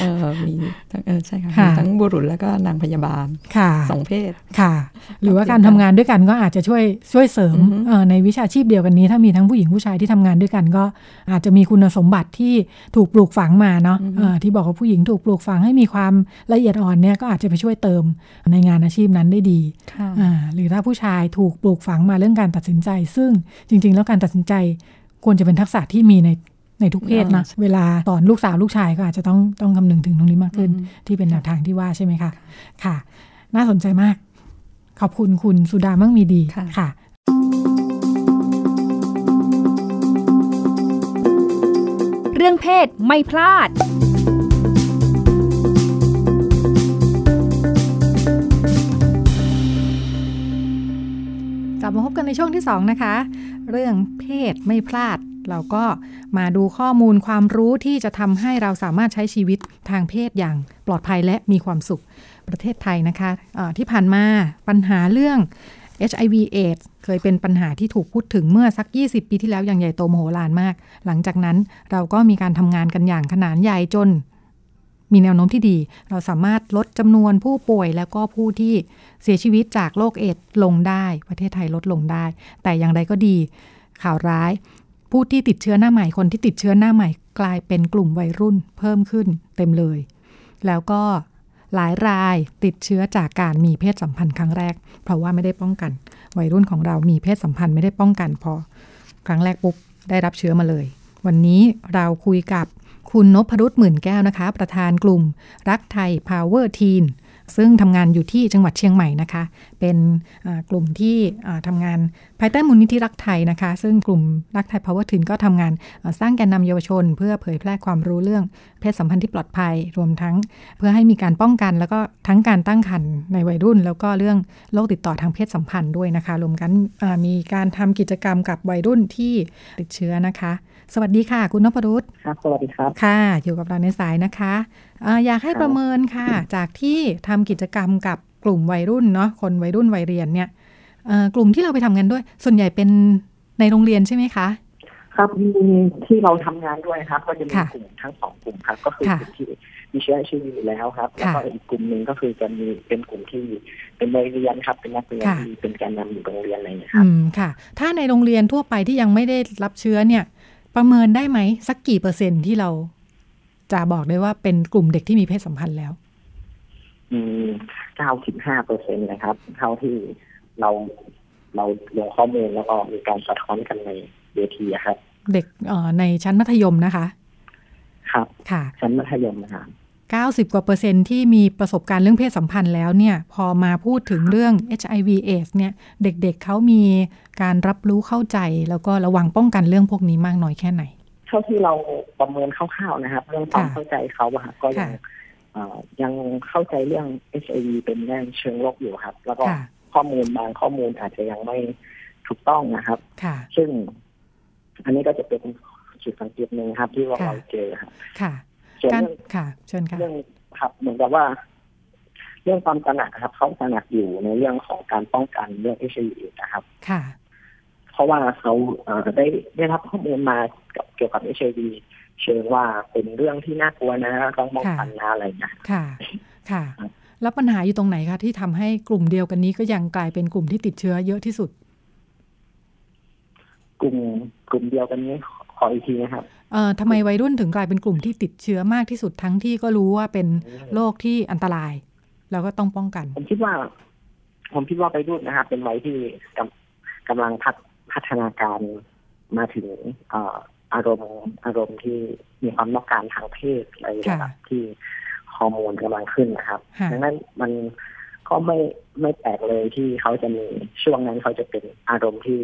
C: เออมีทั้งเออใช่ค่ะ
A: ค่ะ
C: มีทั้งบุรุษแล้วก็นางพยาบาล
A: ค่ะ
C: สองเพศ
A: ค่ะ หรือว่าการทำงานด้วยกันก็อาจจะช่วยช่วยเสริม
C: อือฮึ
A: เอ่อในวิชาชีพเดียวกันนี้ ถ้ามีทั้งผู้หญิงผู้ชายที่ทำงานด้วยกันก็ อาจจะมีคุณสมบัติที่ถูกปลูกฝังมาเนาะเอ่อที่บอกว่าผู้หญิงถูกปลูกฝังให้มีความละเอียดอ่อนเนี่ยก็อาจจะไปช่วยเติมในงานอาชีพนั้นได้ดี
C: ค่ะ
A: อ่าหรือถ้าผู้ชายถูกปลูกฝังมาเรื่องการตัดสินใจ ซึ่งจริง ๆ แล้วการตัดสินใจควรจะเป็นทักษะที่มีในในทุกเพศนะเวลาสอนลูกสาวลูกชายก็อาจจะต้องต้องคำนึงถึงตรงนี้มากขึ้น ที่เป็นแนวทางที่ว่าใช่ไหมคะ ค่ะ น่าสนใจมาก ขอบคุณคุณสุดามั่งมีดี
C: ค่ะ
A: ค่ะ
B: เรื่องเพศไม่พลาด
A: กลับมาพบกันในช่วงที่ 2 นะคะ เรื่องเพศไม่พลาด เราก็มาดูข้อมูลความรู้ที่จะทำให้เราสามารถใช้ชีวิตทางเพศอย่างปลอดภัยและมีความสุขประเทศไทยนะคะเอ่อที่ผ่านมาปัญหาเรื่อง HIV AIDS เคยเป็นปัญหาที่ถูกพูดถึงเมื่อสัก 20 ปีที่แล้วอย่างใหญ่โตมโหฬารมาก หลังจากนั้นเราก็มีการทำงานกันอย่างขนานใหญ่จน มีแนวโน้มที่ดี เราสามารถลดจำนวนผู้ป่วยแล้วก็ผู้ที่ เสียชีวิตจากโรคเอดส์ลงได้ ประเทศไทยลดลงได้ แต่อย่างไรก็ดี ข่าวร้าย ผู้ที่ติดเชื้อหน้าใหม่คนที่ติดเชื้อหน้าใหม่กลายเป็นกลุ่มวัยรุ่นเพิ่มขึ้นเต็มเลย แล้วก็หลายรายติดเชื้อจากการมีเพศสัมพันธ์ครั้งแรก เพราะว่าไม่ได้ป้องกัน วัยรุ่นของเรามีเพศสัมพันธ์ไม่ได้ป้องกันพอ ครั้งแรกปุ๊บได้รับเชื้อมาเลย วันนี้เราคุยกับคุณนพรุษหมื่นแก้วนะคะ ประธานกลุ่มรักไทย Power Teen ซึ่งทำงานอยู่ที่จังหวัดเชียงใหม่นะคะ เป็นอ่ากลุ่มที่อ่าทำงานภายใต้มูลนิธิรักไทยนะคะ ซึ่งกลุ่มรักไทย Power Teen ก็ทำงานอ่าสร้างแกนนำเยาวชน เพื่อเผยแพร่ความรู้เรื่องเพศสัมพันธ์ที่ปลอดภัยรวมทั้ง เพื่อให้มีการป้องกันแล้วก็ทั้งการตั้งครรภ์ในวัยรุ่น แล้วก็เรื่องโรคติดต่อทางเพศสัมพันธ์ด้วยนะคะ รวมกันอ่ามีการทำกิจกรรมกับวัยรุ่นที่ติดเชื้อนะคะ สวัสดีค่ะ คุณนพรุษ
D: ครับ สวัสดีครับ
A: ค่ะ อยู่กับเราในสายนะคะอาอยากให้
D: ครับ
A: ประเมินค่ะ จากที่ทำกิจกรรมกับกลุ่มวัยรุ่นเนาะคนวัยรุ่นวัยเรียนเนี่ยเอ่อกลุ่มที่เราไปทำกันด้วย ส่วนใหญ่เป็นในโรงเรียนใช่ไหมคะ
D: ครับมีที่เราทำงานด้วยครับ ก็จะมี
A: ค่ะ
D: กลุ่มทั้งสองกลุ่มครับ ก็คือ
A: ค่ะ
D: กลุ่มที่มีเชื้อชีวิตอยู่แล้วครับ แล้ว
A: ค่ะ
D: ก็อีกกลุ่มหนึ่งก็คือจะมีเป็นกลุ่มที่เป็นวัยเรียนครับ เป็นนักเรียน
A: ค่ะ
D: ที่เป็นแการนำอยู่โรงเรียนอะไรอย่างเงี้ยค
A: อื
D: รับ
A: มค่ะ ถ้าในโรงเรียนทั่วไปที่ยังไม่ได้รับเชื้อเนี่ย ประเมินได้ไหมสักกี่เปอร์เซ็นต์ที่เราจะบอกได้ว่าเป็นกลุ่มเด็กที่มีเพศสัมพันธ์แล้ว
D: อืมเก้าสิบห้าเปอร์เซ็นต์นะครับ เท่าที่เราเราลงข้อมูลแล้วก็มีการสะท้อนกันในเวทีอะครับ
A: เด็กเอ่อในชั้นมัธยมนะคะ
D: ครับ
A: ค่ะ
D: ชั้นมัธยมนะครับ
A: 90 กว่าเปอร์เซ็นต์ที่มีประสบการณ์เรื่องเพศสัมพันธ์แล้วเนี่ย พอมาพูดถึงเรื่อง HIV AIDS เนี่ย เด็กๆเขามีการรับรู้เข้าใจ แล้วก็ระวังป้องกันเรื่องพวกนี้มากน้อยแค่ไหน
D: เท่าที่เราประเมินคร่าวๆนะครับ เรื่องความ
A: ค่ะ
D: เข้าใจเขาอะครับก็ยัง
A: ค่ะ
D: เอ่อยังเข้าใจเรื่อง HIV เป็นเรื่องเชิงโรคอยู่ครับ แล้วก็
A: ค่ะ
D: ข้อมูลบางข้อมูลอาจจะยังไม่ถูกต้องนะครับ
A: ค่ะ
D: ซึ่ง อันนี้ก็จะเป็นจุดสังเกตหนึ่งครับ ที่ว่า
A: ค่ะ
D: เราเจอครับ
A: ค่ะ
D: ส่วน
A: การ
D: เรื่อง
A: ค่ะ เชิญค่ะ
D: เรื่องครับ เหมือนกับว่า เรื่องความตระหนักครับเขาตระหนักอยู่ในเรื่องของการป้องกันเรื่อง HIV นะครับ
A: ค่ะ
D: เพราะว่าเขาเอ่อได้ได้รับข้อมูลมากับเกี่ยวกับ HIV เชิงว่าเป็นเรื่องที่น่ากลัวนะต้องป้องกันนะอะไรอย่างเงี้ย
A: ค่ะ ค่ะ
D: ครับ
A: แล้วปัญหาอยู่ตรงไหนคะที่ทำให้กลุ่มเดียวกันนี้ก็ยังกลายเป็นกลุ่มที่ติดเชื้อเยอะที่สุด
D: กลุ่มกลุ่มเดียวกันนี้ขออีกทีนะครับ
A: เอ่อทำไมวัยรุ่นถึงกลายเป็นกลุ่มที่ติดเชื้อมากที่สุดทั้งที่ก็รู้ว่าเป็นโรคที่อันตราย แล้วก็ต้องป้องกัน
D: ผมคิดว่า ผมคิดว่าไปรุ่นนะครับเป็นวัยที่กำกำลังพัฒพัฒนาการมาถึงเอ่ออารมณ์อารมณ์ที่มีความต้องการทางเพศอะไรระดับที่ฮอร์โมนกำลังขึ้นนะครับ
A: ค่ะ
D: ดังนั้นมันก็ไม่ไม่แปลกเลยที่เขาจะมีช่วงนั้นเขาจะเป็นอารมณ์ที่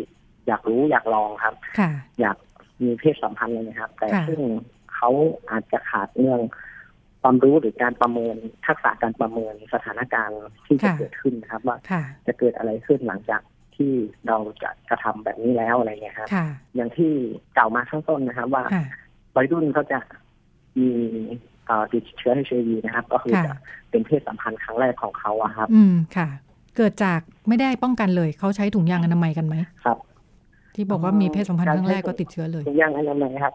D: อยากรู้อยากลองครับ
A: ค่ะ
D: อยากมีเพศสัมพันธ์เลยนะครับ แต่
A: ค่ะ
D: ซึ่งเขาอาจจะขาดเรื่องความรู้หรือการประเมินทักษะการประเมินสถานการณ์ที่จะเกิดขึ้นนะครับ ว่า
A: ค่ะ
D: จะเกิดอะไรขึ้นหลังจากที่เราจะกระทำแบบนี้แล้วอะไรเงี้ยครับ
A: ค่ะ
D: อย่างที่กล่าวมาข้างต้นนะครับ ว่า
A: ค่ะ
D: วัยรุ่นเขาจะมีเอ่อติดเชื้อ HIV นะครับ ก็คือ
A: ค่ะ
D: จะเป็นเพศสัมพันธ์ครั้งแรกของเขาอะครับ
A: อืม ค่ะ เกิดจากไม่ได้ป้องกันเลย เขาใช้ถุงยางอนามัยกันไหม
D: ครับ
A: ที่บอกว่ามีเพศสัมพันธ์ครั้งแรกก็ติดเชื้อเลย
D: ย่างอนามัยครับ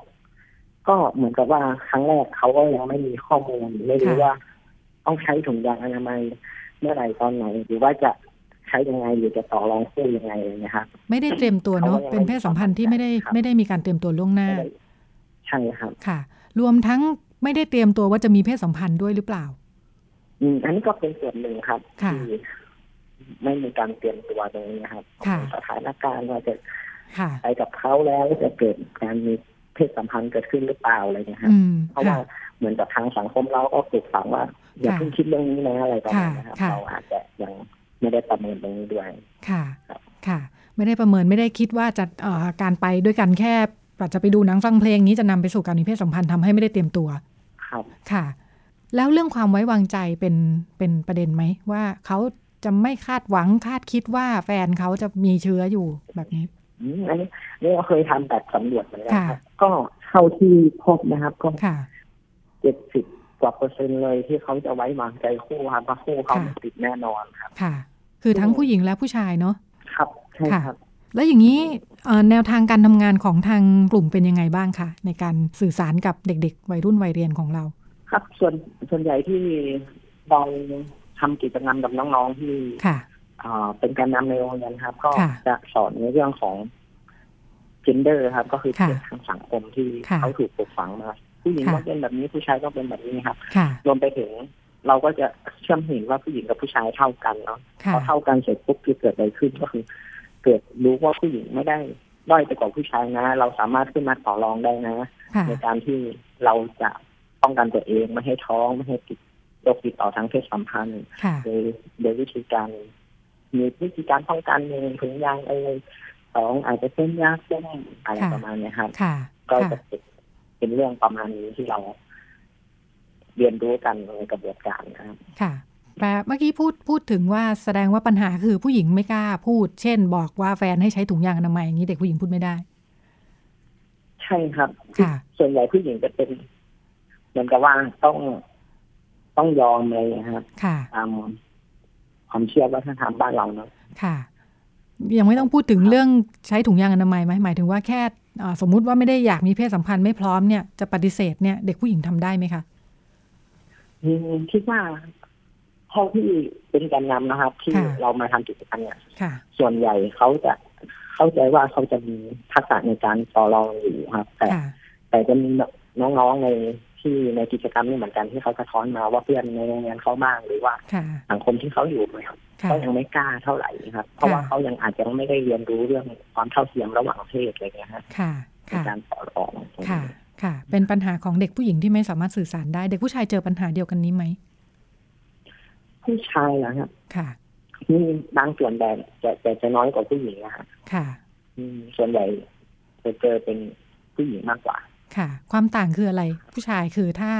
D: ก็เหมือนกับว่าครั้งแรกเขาก็ยังไม่มีข้อมูลไม่รู้
A: ค่ะ
D: ว่า ต้องใช้ถุงยางอนามัยเมื่อไหร่ตอนไหน หรือว่าจะใช้ยังไงหรือจะต่อรองคู่ยังไงอะไรอย่างเงี้ยครับ
A: ไม่ได้เตรียมตัวเนาะ
D: เขาว่ายังไง
A: เป็นเพศสัมพันธ์ที่ไม่ได้
D: ครับ
A: ไม่ได้มีการเตรียมตัวล่วงหน้า
D: ใช่ครับ
A: ค่ะ รวมทั้งไม่ได้เตรียมตัวว่าจะมีเพศสัมพันธ์ด้วยหรือเปล่า
D: อืมอันนี้ก็เป็นส่วนหนึ่งครับ
A: ค่ะ
D: ที่ไม่มีการเตรียมตัวตรงนี้ครับ
A: ค่ะ
D: สถานการณ์ว่าจะ
A: ค่ะ
D: ไปกับเขาแล้วจะเกิดการมีเพศสัมพันธ์เกิดขึ้นหรือเปล่าอะไรอย่างเงี้ยครับ
A: อืม
D: เพราะว่า
A: ค่ะ
D: เหมือนกับทางสังคมเราก็ปลูกฝังว่า อย่า
A: ค่ะ
D: เพิ่งคิดเรื่องนี้นะอะไรประมาณนี้ครับ
A: ค่ะ
D: เราอาจจะยังไม่ได้ประเมินตรงนี้ด้วย
A: ค่ะ
D: ครับ
A: ค่ะ ไม่ได้ประเมินไม่ได้คิดว่าจะเอ่อการไปด้วยกันแค่อาจจะไปดูหนังฟังเพลงนี้จะนำไปสู่การมีเพศสัมพันธ์ทำให้ไม่ได้เตรียมตัว
D: ครับ
A: ค่ะ แล้วเรื่องความไว้วางใจเป็นเป็นประเด็นไหมว่าเขาจะไม่คาดหวังคาดคิดว่าแฟนเขาจะมีเชื้ออยู่แบบนี้
D: อืมอันนี้อันนี่เราเคยทำแบบสำรวจเหมือนกันครับ
A: ค่ะ
D: ก็เท่าที่พบนะครับ ก็
A: ค่ะ
D: เจ็ดสิบกว่าเปอร์เซ็นต์เลยที่เขาจะไว้วางใจคู่ครับว่าคู่เขาไม่ติดแน่นอนครับ
A: ค่ะ คือทั้งผู้หญิงและผู้ชายเนาะ
D: ครับใช่ครับ
A: แล้วอย่างนี้เอ่อแนวทางการทำงานของทางกลุ่มเป็นยังไงบ้างคะในการสื่อสารกับเด็ก ๆ วัยรุ่นวัยเรียนของเรา
D: ครับส่วนส่วนใหญ่ที่เราทำกิจกรรมกับน้องๆที่
A: ค่ะ
D: เอ่อเป็นการนำในโรงเรียนครับ ก็
A: ค่ะ
D: จะสอนในเรื่องของ เจนเดอร์ครับ ก็คือ
A: ค่ะ
D: เพศทางสังคมที่
A: ค่ะ
D: เขาถูกปลูกฝังมา ผู้หญิงก็เป็นแบบนี้ผู้ชายก็เป็นแบบนี้ครับ
A: ค่ะ
D: รวมไปถึงเราก็จะเชื่อมเห็นว่าผู้หญิงกับผู้ชายเท่ากันเนาะ
A: ค่ะ
D: พอเท่ากันเสร็จปุ๊บจะเกิดอะไรขึ้นก็คือ เกิดรู้ว่าผู้หญิงไม่ได้ด้อยไปกว่าผู้ชายนะ เราสามารถขึ้นมาต่อรองได้นะ
A: ค่ะ
D: ในการที่เราจะป้องกันตัวเองไม่ให้ท้องไม่ให้ติดโรคติดต่อทางเพศสัมพันธ์
A: ค่ะ
D: โดยโดยวิธีการมีวิธีการป้องกันหนึ่งถุงยางเอ่ยสองอาจจะเส้นยาเส้นอะไร
A: ค่ะ
D: ประมาณเนี้ยครับ
A: ค่ะ
D: ก็
A: ค่ะ
D: จะเป็นเป็นเรื่องประมาณนี้ที่เรา เรียนรู้กันในกระบวนการนะครับ
A: ค่ะแปลเมื่อกี้พูดพูดถึงว่าแสดงว่าปัญหาคือผู้หญิงไม่กล้าพูด เช่น บอกว่าแฟนให้ใช้ถุงยางอนามัยอย่างนี้เด็กผู้หญิงพูดไม่ได้
D: ใช่ครับ
A: ค่ะ
D: ส่วนใหญ่ผู้หญิงจะเป็นเหมือนกับว่าต้องต้องยอมเลยนะครับ
A: ค่ะ
D: ตามความเชื่อวัฒนธรรมบ้านเราเนาะ
A: ค่ะ ยังไม่ต้องพูดถึงเรื่องใช้ถุงยางอนามัยไหมหมายถึงว่าแค่เอ่อสมมุติว่าไม่ได้อยากมีเพศสัมพันธ์ไม่พร้อมเนี่ยจะปฏิเสธเนี่ยเด็กผู้หญิงทำได้ไหมคะ
D: อืมคิดว่าเท่าที่เป็นแการนำนะครับ ที่
A: ค่ะ
D: เรามาทำกิจกรรมเนี่ย
A: ค่ะ
D: ส่วนใหญ่เขาจะเข้าใจว่าเขาจะมีทักษะในการต่อรองอยู่ครับ แต่
A: ค่ะ
D: แต่จะมีน้องๆในที่ในกิจกรรมนี่เหมือนกันที่เขาสะท้อนมาว่าเพื่อนในโรงเรียนเขาบ้างหรือว่า
A: ค่ะ
D: สังคมที่เขาอยู่นะครับ
A: ค่ะ
D: ก็ยังไม่กล้าเท่าไหร่ครับ เพราะว่าเขายังอาจจะไม่ได้เรียนรู้เรื่องความเท่าเทียมระหว่างเพศอะไรเงี้ยฮะ
A: ค่ะ
D: ใน
A: ค่ะ
D: การต่อรอง
A: ค่ะ ค่ะ เป็นปัญหาของเด็กผู้หญิงที่ไม่สามารถสื่อสารได้ เด็กผู้ชายเจอปัญหาเดียวกันนี้ไหม
D: ผู้ชายนะครับ
A: ค่ะ
D: นี่บางส่วนแต่จะแต่จะน้อยกว่าผู้หญิงนะครับ
A: ค่ะ
D: อืมส่วนใหญ่จะเจอเป็นผู้หญิงมากกว่า
A: ค่ะ ความต่างคืออะไร ผู้ชายคือถ้า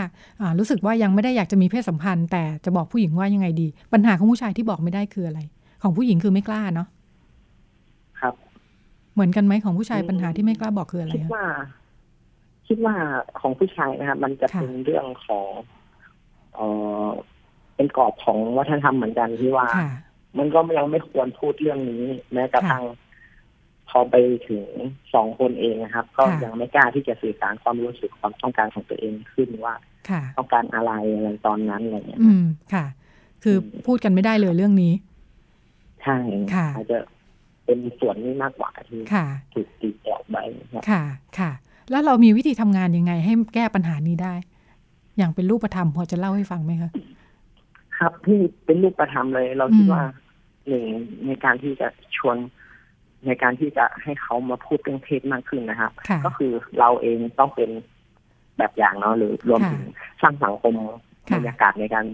A: อ่ารู้สึกว่ายังไม่ได้อยากจะมีเพศสัมพันธ์ แต่จะบอกผู้หญิงว่ายังไงดี ปัญหาของผู้ชายที่บอกไม่ได้คืออะไร ของผู้หญิงคือไม่กล้าเนาะ
D: ครับ
A: เหมือนกันไหมของผู้ชาย
D: อืม
A: ปัญหาที่ไม่กล้าบอกคืออะไร
D: คิด
A: อะ
D: ว่า คิดว่าของผู้ชายนะครับมันจะ
A: ค่ะ
D: เป็นเรื่องของเออเป็นกรอบของวัฒนธรรมเหมือนกันที่ว่า
A: ค่ะ
D: มันก็ยังไม่ควรพูดเรื่องนี้ แม้กระทั่งพอไปถึงสองคนเองนะครับ ก็
A: ค่ะ
D: ยังไม่กล้าที่จะสื่อสารความรู้สึกความต้องการของตัวเองขึ้นว่า
A: ค่ะ
D: ต้องการอะไรอะไรตอนนั้นอะไรอย่างเงี้ย
A: อืม ค่ะ คืออ
D: ม
A: พูดกันไม่ได้เลยเรื่องนี้
D: ใช่
A: ค่ะ
D: อาจจะเป็นส่วนนี้มากกว่าที่
A: ค่ะ
D: ถูกตีกรอบไว้นะครับ
A: ค่ะ ค่ะ แล้วเรามีวิธีทำงานยังไงให้แก้ปัญหานี้ได้ อย่างเป็นรูปธรรมพอจะเล่าให้ฟังไหมคะ
D: ครับที่เป็นรูปธรรมเลย เราคิด
A: อืม
D: ว่าหนึ่งในการที่จะชวนในการที่จะให้เขามาพูดเรื่องเพศมากขึ้นนะครับ
A: ค่ะ
D: ก็คือเราเองต้องเป็นแบบอย่างเนาะหรือรวมถึงสร้างสังคม
A: ค่ะ
D: บรรยากาศในการ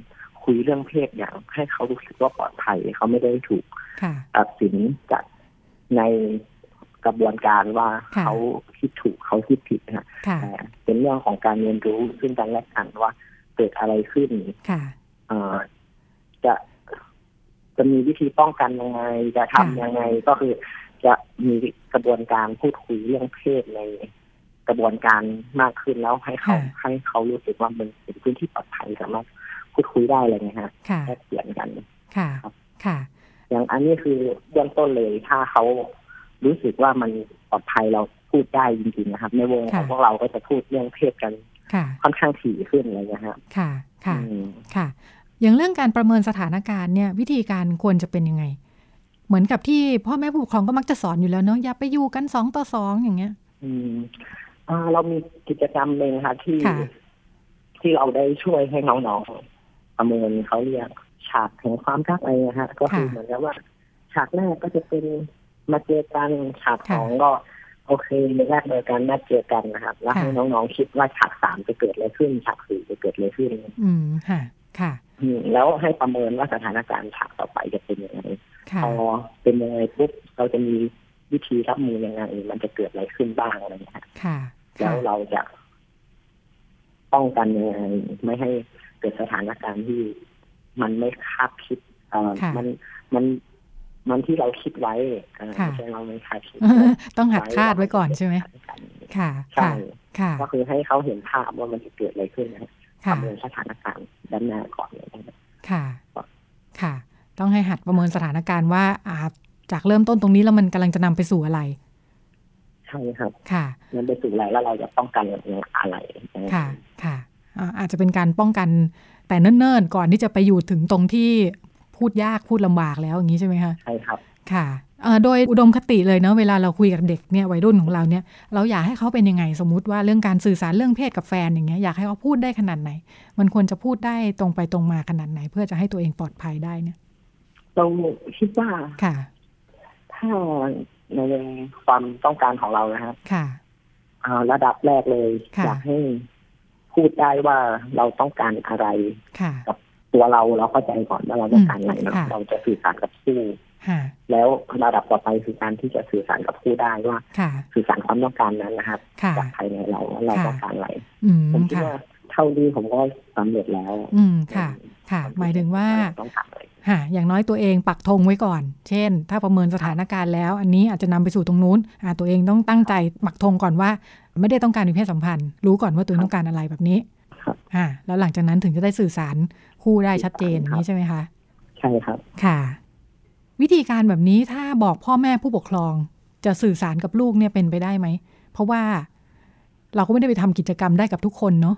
D: คุยเรื่องเพศอย่าง ให้เขารู้สึกว่าปลอดภัย เขาไม่ได้ถูก
A: ค่ะ
D: ตัดสินจากในกระบวนการว่า
A: ค่ะ
D: เขาคิดถูกเขาคิดผิดนะฮะ
A: ค่ะ
D: แต่เป็นเรื่องของการเรียนรู้ซึ่งกันและกันว่าเกิดอะไรขึ้น
A: ค่ะ
D: เอ่อจะจะมีวิธีป้องกันยังไง จะทำ
A: ค่ะ
D: ยังไงก็คือ จะมีกระบวนการพูดคุยเรื่องเพศในกระบวนการมากขึ้นแล้วให้เขาให้เขารู้สึกว่ามันเป็นพื้นที่ปลอดภัยสามารถพูดคุยได้อะไรเลยนะฮะ
A: ค่ะ
D: แลกเปลี่ยนกัน
A: ค่ะ ค่ะ
D: อย่างอันนี้คือเบื้องต้นเลยถ้าเขารู้สึกว่ามันปลอดภัยเราพูดได้จริงๆนะครับ ในวงของ
A: ค่ะ
D: พวกเราก็จะพูดเรื่องเพศกัน
A: ค่ะ
D: ค่อนข้างถี่ขึ้นอะไรเลยนะฮะ
A: ค่ะ ค่ะ
D: อืม
A: ค่ะ อย่างเรื่องการประเมินสถานการณ์เนี่ย วิธีการควรจะเป็นยังไง เหมือนกับที่พ่อแม่ผู้ปกครองก็มักจะสอนอยู่แล้วเนาะ อย่าไปอยู่กันสองต่อสองอย่างเงี้ย
D: อืมอ่าเรามีกิจกรรมหนึ่งค่ะที่
A: ค่ะ
D: ที่เราได้ช่วยให้น้องๆประเมินเขาเรียกฉากแห่งความรักอะไรนะฮะก็คือเหมือนกับว่า ฉากแรกก็จะเป็นมาเจอกันฉากสองก็ โอเคในแรกเจอกันนัดเจอกันนะครับ แล้วให้น้องๆคิดว่าฉากสามจะเกิดอะไรขึ้น ฉากสี่จะเกิดอะไรขึ้น
A: อืม ค่ะ ค่ะ
D: อืมแล้วให้ประเมินว่าสถานการณ์ฉากต่อไปจะเป็นยังไง
A: ค่ะ
D: พอเป็นยังไงปุ๊บเราจะมีวิธีรับมือยังไงมันจะเกิดอะไรขึ้นบ้างอะไรอย่างเงี้ยฮะ
A: ค่ะ
D: แล้ว
A: ค่ะ
D: เราจะป้องกันยังไงไม่ให้เกิดสถานการณ์ที่มันไม่คาดคิดเออ
A: ค่ะ
D: มันมันมันที่เราคิดไว้เอ่อ
A: ค่ะ
D: ไม่ใช่เราไม่คาดคิด
A: ต้องหัดคาดไว้ก่อนใช่ไหม ค่ะ
D: ใช่
A: ค่ะ ค่ะ
D: ก็คือให้เขาเห็นภาพว่ามันจะเกิดอะไรขึ้นนะครับ
A: ค่ะ
D: ประเมินสถานการณ์ด้านหน้าก่อนเลยนะครับ
A: ค่ะ
D: ครับ
A: ค่ะ ต้องให้หัดประเมินสถานการณ์ว่าอ่าจากเริ่มต้นตรงนี้แล้วมันกำลังจะนำไปสู่อะไร
D: ใช่ครับ
A: ค่ะ
D: มันไปสู่อะไรแล้วเราจะป้องกันอะไรนะ
A: ค่ะ ค่ะอ่าอาจจะเป็นการป้องกันแต่เนิ่นๆ ก่อนที่จะไปอยู่ถึงตรงที่พูดยากพูดลำบากแล้วอย่างนี้ใช่ไหมคะ
D: ใช่ครับ
A: ค่ะ เอ่อโดยอุดมคติเลยเนาะเวลาเราคุยกับเด็กเนี่ยวัยรุ่นของเราเนี่ยเราอยากให้เขาเป็นยังไงสมมุติว่าเรื่องการสื่อสารเรื่องเพศกับแฟนอย่างเงี้ยอยากให้เขาพูดได้ขนาดไหน มันควรจะพูดได้ตรงไปตรงมาขนาดไหน เพื่อจะให้ตัวเองปลอดภัยได้เนี่ย
D: เราคิดว่า
A: ค่ะ
D: ถ้าในความต้องการของเรานะครับ
A: ค่ะ
D: อ่าระดับแรกเลย
A: ค่ะ
D: อยากให้พูดได้ว่าเราต้องการอะไร
A: ค่ะ
D: ตัวเราเราเข้าใจก่อนว่าเราต้องการอะไร
A: อืม
D: เรา
A: ค่ะ
D: เราจะสื่อสารกับผู้
A: ค่ะ
D: แล้วระดับต่อไปคือการที่จะสื่อสารกับผู้ได้ว่า
A: ค่ะ
D: สื่อสารความต้องการนั้นนะครับ
A: ค่ะ
D: จากภายในเราว่าเรา
A: ค่ะ
D: ต้องการอะไร
A: อืม
D: ผมคิด
A: ค่ะ
D: ว่าเท่าที่ผมก็สำเร็จแล้ว
A: อืมค่ะ ค่ะ
D: ผมคิด
A: หมายถึงว่า
D: เรต้องการอะไร
A: ค่ะอย่างน้อยตัวเองปักธงไว้ก่อน เช่น ถ้าประเมินสถานการณ์แล้ว อันนี้อาจจะนำไปสู่ตรงนู้นอ่าตัวเองต้องตั้งใจปักธงก่อนว่า ไม่ได้ต้องการมีเพศสัมพันธ์ รู้ก่อนว่าตัวเองต้องการอะไรแบบนี้อ่าแล้วหลังจากนั้นถึงจะได้สื่อสารคู่ได้ชัดเจนอย่างนี้ใช่ไหมคะ
D: ใช่ครับ
A: ค่ะ วิธีการแบบนี้ถ้าบอกพ่อแม่ผู้ปกครอง จะสื่อสารกับลูกเนี่ยเป็นไปได้ไหม เพราะว่าเราก็ไม่ได้ไปทำกิจกรรมได้กับทุกคนเนาะ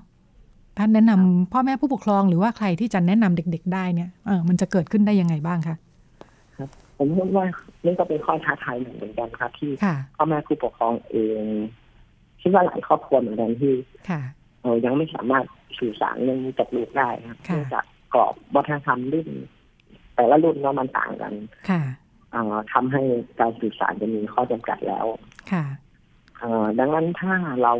A: ท่านแนะนำพ่อแม่ผู้ปกครองหรือว่าใครที่จะแนะนำเด็ก ๆ ได้เนี่ยเออมันจะเกิดขึ้นได้ยังไงบ้างคะ
D: ผมคิดว่านี่ก็เป็นข้อท้าทายหนึ่งเหมือนกันครับ ที่
A: ค่ะ
D: พ่อแม่ผู้ปกครองเองคิดว่าหลายครอบครัวเหมือนกันที่
A: ค่ะ
D: เรายังไม่สามารถสื่อสารเรื่องนี้กับลูกได้นะครับ
A: ค่ะ
D: เนื่องจากกรอบวัฒนธรรมรุ่นแต่ละรุ่นเนาะมันต่างกัน
A: ค่ะ
D: เอ่อทำให้การสื่อสารจะมีข้อจำกัดแล้ว
A: ค่ะ
D: เอ่อดังนั้นถ้าเรา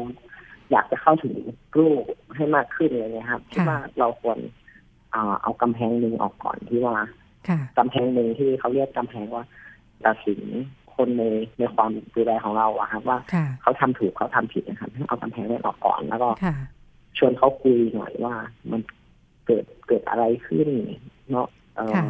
D: อยากจะเข้าถึงลูกให้มากขึ้นเลยนะครับ
A: ค่ะ
D: ที่ว่าเราควรเอ่อเอากำแพงหนึ่งออกก่อนที่ว่า
A: ค่ะ
D: กำแพงหนึ่งที่เขาเรียกกำแพงว่าตัดสินคนในในความดูแลของเราอะครับ ว่า
A: ค่ะ
D: เขาทำถูกเขาทำผิดนะครับให้เอากำแพงนั้นออกก่อน แล้วก็
A: ค่ะ
D: ชวนเขาคุยหน่อยว่ามันเกิดเกิดอะไรขึ้นเนาะเอ่อ
A: ค่ะ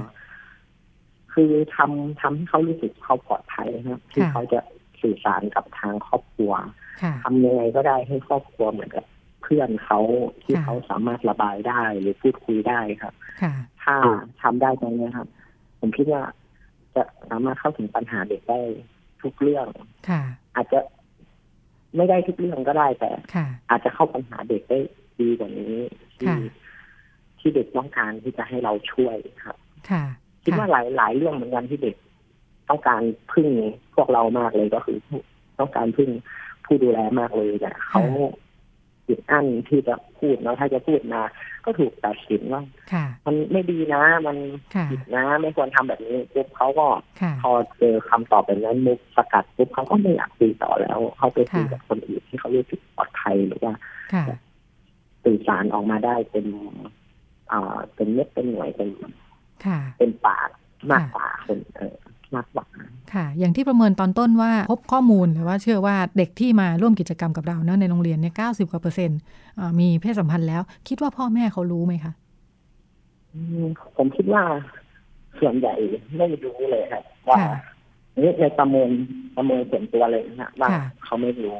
D: คือทำทำให้เขารู้สึกเขาปลอดภัยนะครับที่เขาจะสื่อสารกับทางครอบครัว
A: ค่ะ
D: ทำยังไงก็ได้ให้ครอบครัวเหมือนกับเพื่อนเขาที่
A: ค่ะ
D: เขาสามารถระบายได้หรือพูดคุยได้ครับ
A: ค่ะ
D: ถ้าทำได้ตรงเนี้ยครับ ผมคิดว่าจะสามารถเข้าถึงปัญหาเด็กได้ทุกเรื่อง
A: ค่ะ
D: อาจจะไม่ได้ทุกเรื่องก็ได้ แต่
A: ค่ะ
D: อาจจะเข้าปัญหาเด็กได้ดีกว่านี้ที่
A: ค่ะ
D: ที่เด็กต้องการที่จะให้เราช่วยครับ
A: ค่ะ
D: คิดว่าหลายหลายเรื่องเหมือนกันที่เด็ก ต้องการพึ่งพวกเรามากเลยก็คือ ต้องการพึ่งผู้ดูแลมากเลยแต่เขาติดอั้นที่จะพูดเนาะถ้าจะพูดมา ก็ถูกตัดสินว่า
A: ค่ะ
D: มันไม่ดีนะ มัน
A: ค่ะ
D: ผิดนะ ไม่ควรทำแบบนี้ปุ๊บเขาก็
A: ค่ะ
D: พอเจอคำตอบแบบนั้นมุกสกัดปุ๊บเขาก็ไม่อยากคุยต่อแล้วเขาไปคุยกับคนอื่นที่เขารู้สึกปลอดภัยหรือว่า
A: ค่ะ
D: สื่อสารออกมาได้เป็นอ่าเป็นเม็ดเป็นหน่วยเป็น
A: ค่ะ
D: เป็นปากมากกว่าคนเออมากกว่า
A: ค่ะ อย่างที่ประเมินตอนต้นว่าพบข้อมูลหรือว่าเชื่อว่าเด็กที่มาร่วมกิจกรรมกับเราเนอะในโรงเรียนเนี่ยเก้าสิบกว่าเปอร์เซ็นต์อ่ามีเพศสัมพันธ์แล้ว คิดว่าพ่อแม่เขารู้ไหมคะ
D: อืมผมคิดว่าส่วนใหญ่ไม่รู้เลยครับ ว่า
A: ค่ะ
D: นี่ในประเมินประเมินส่วนตัวเลยนะฮะว่า
A: ค่ะ
D: เขาไม่รู้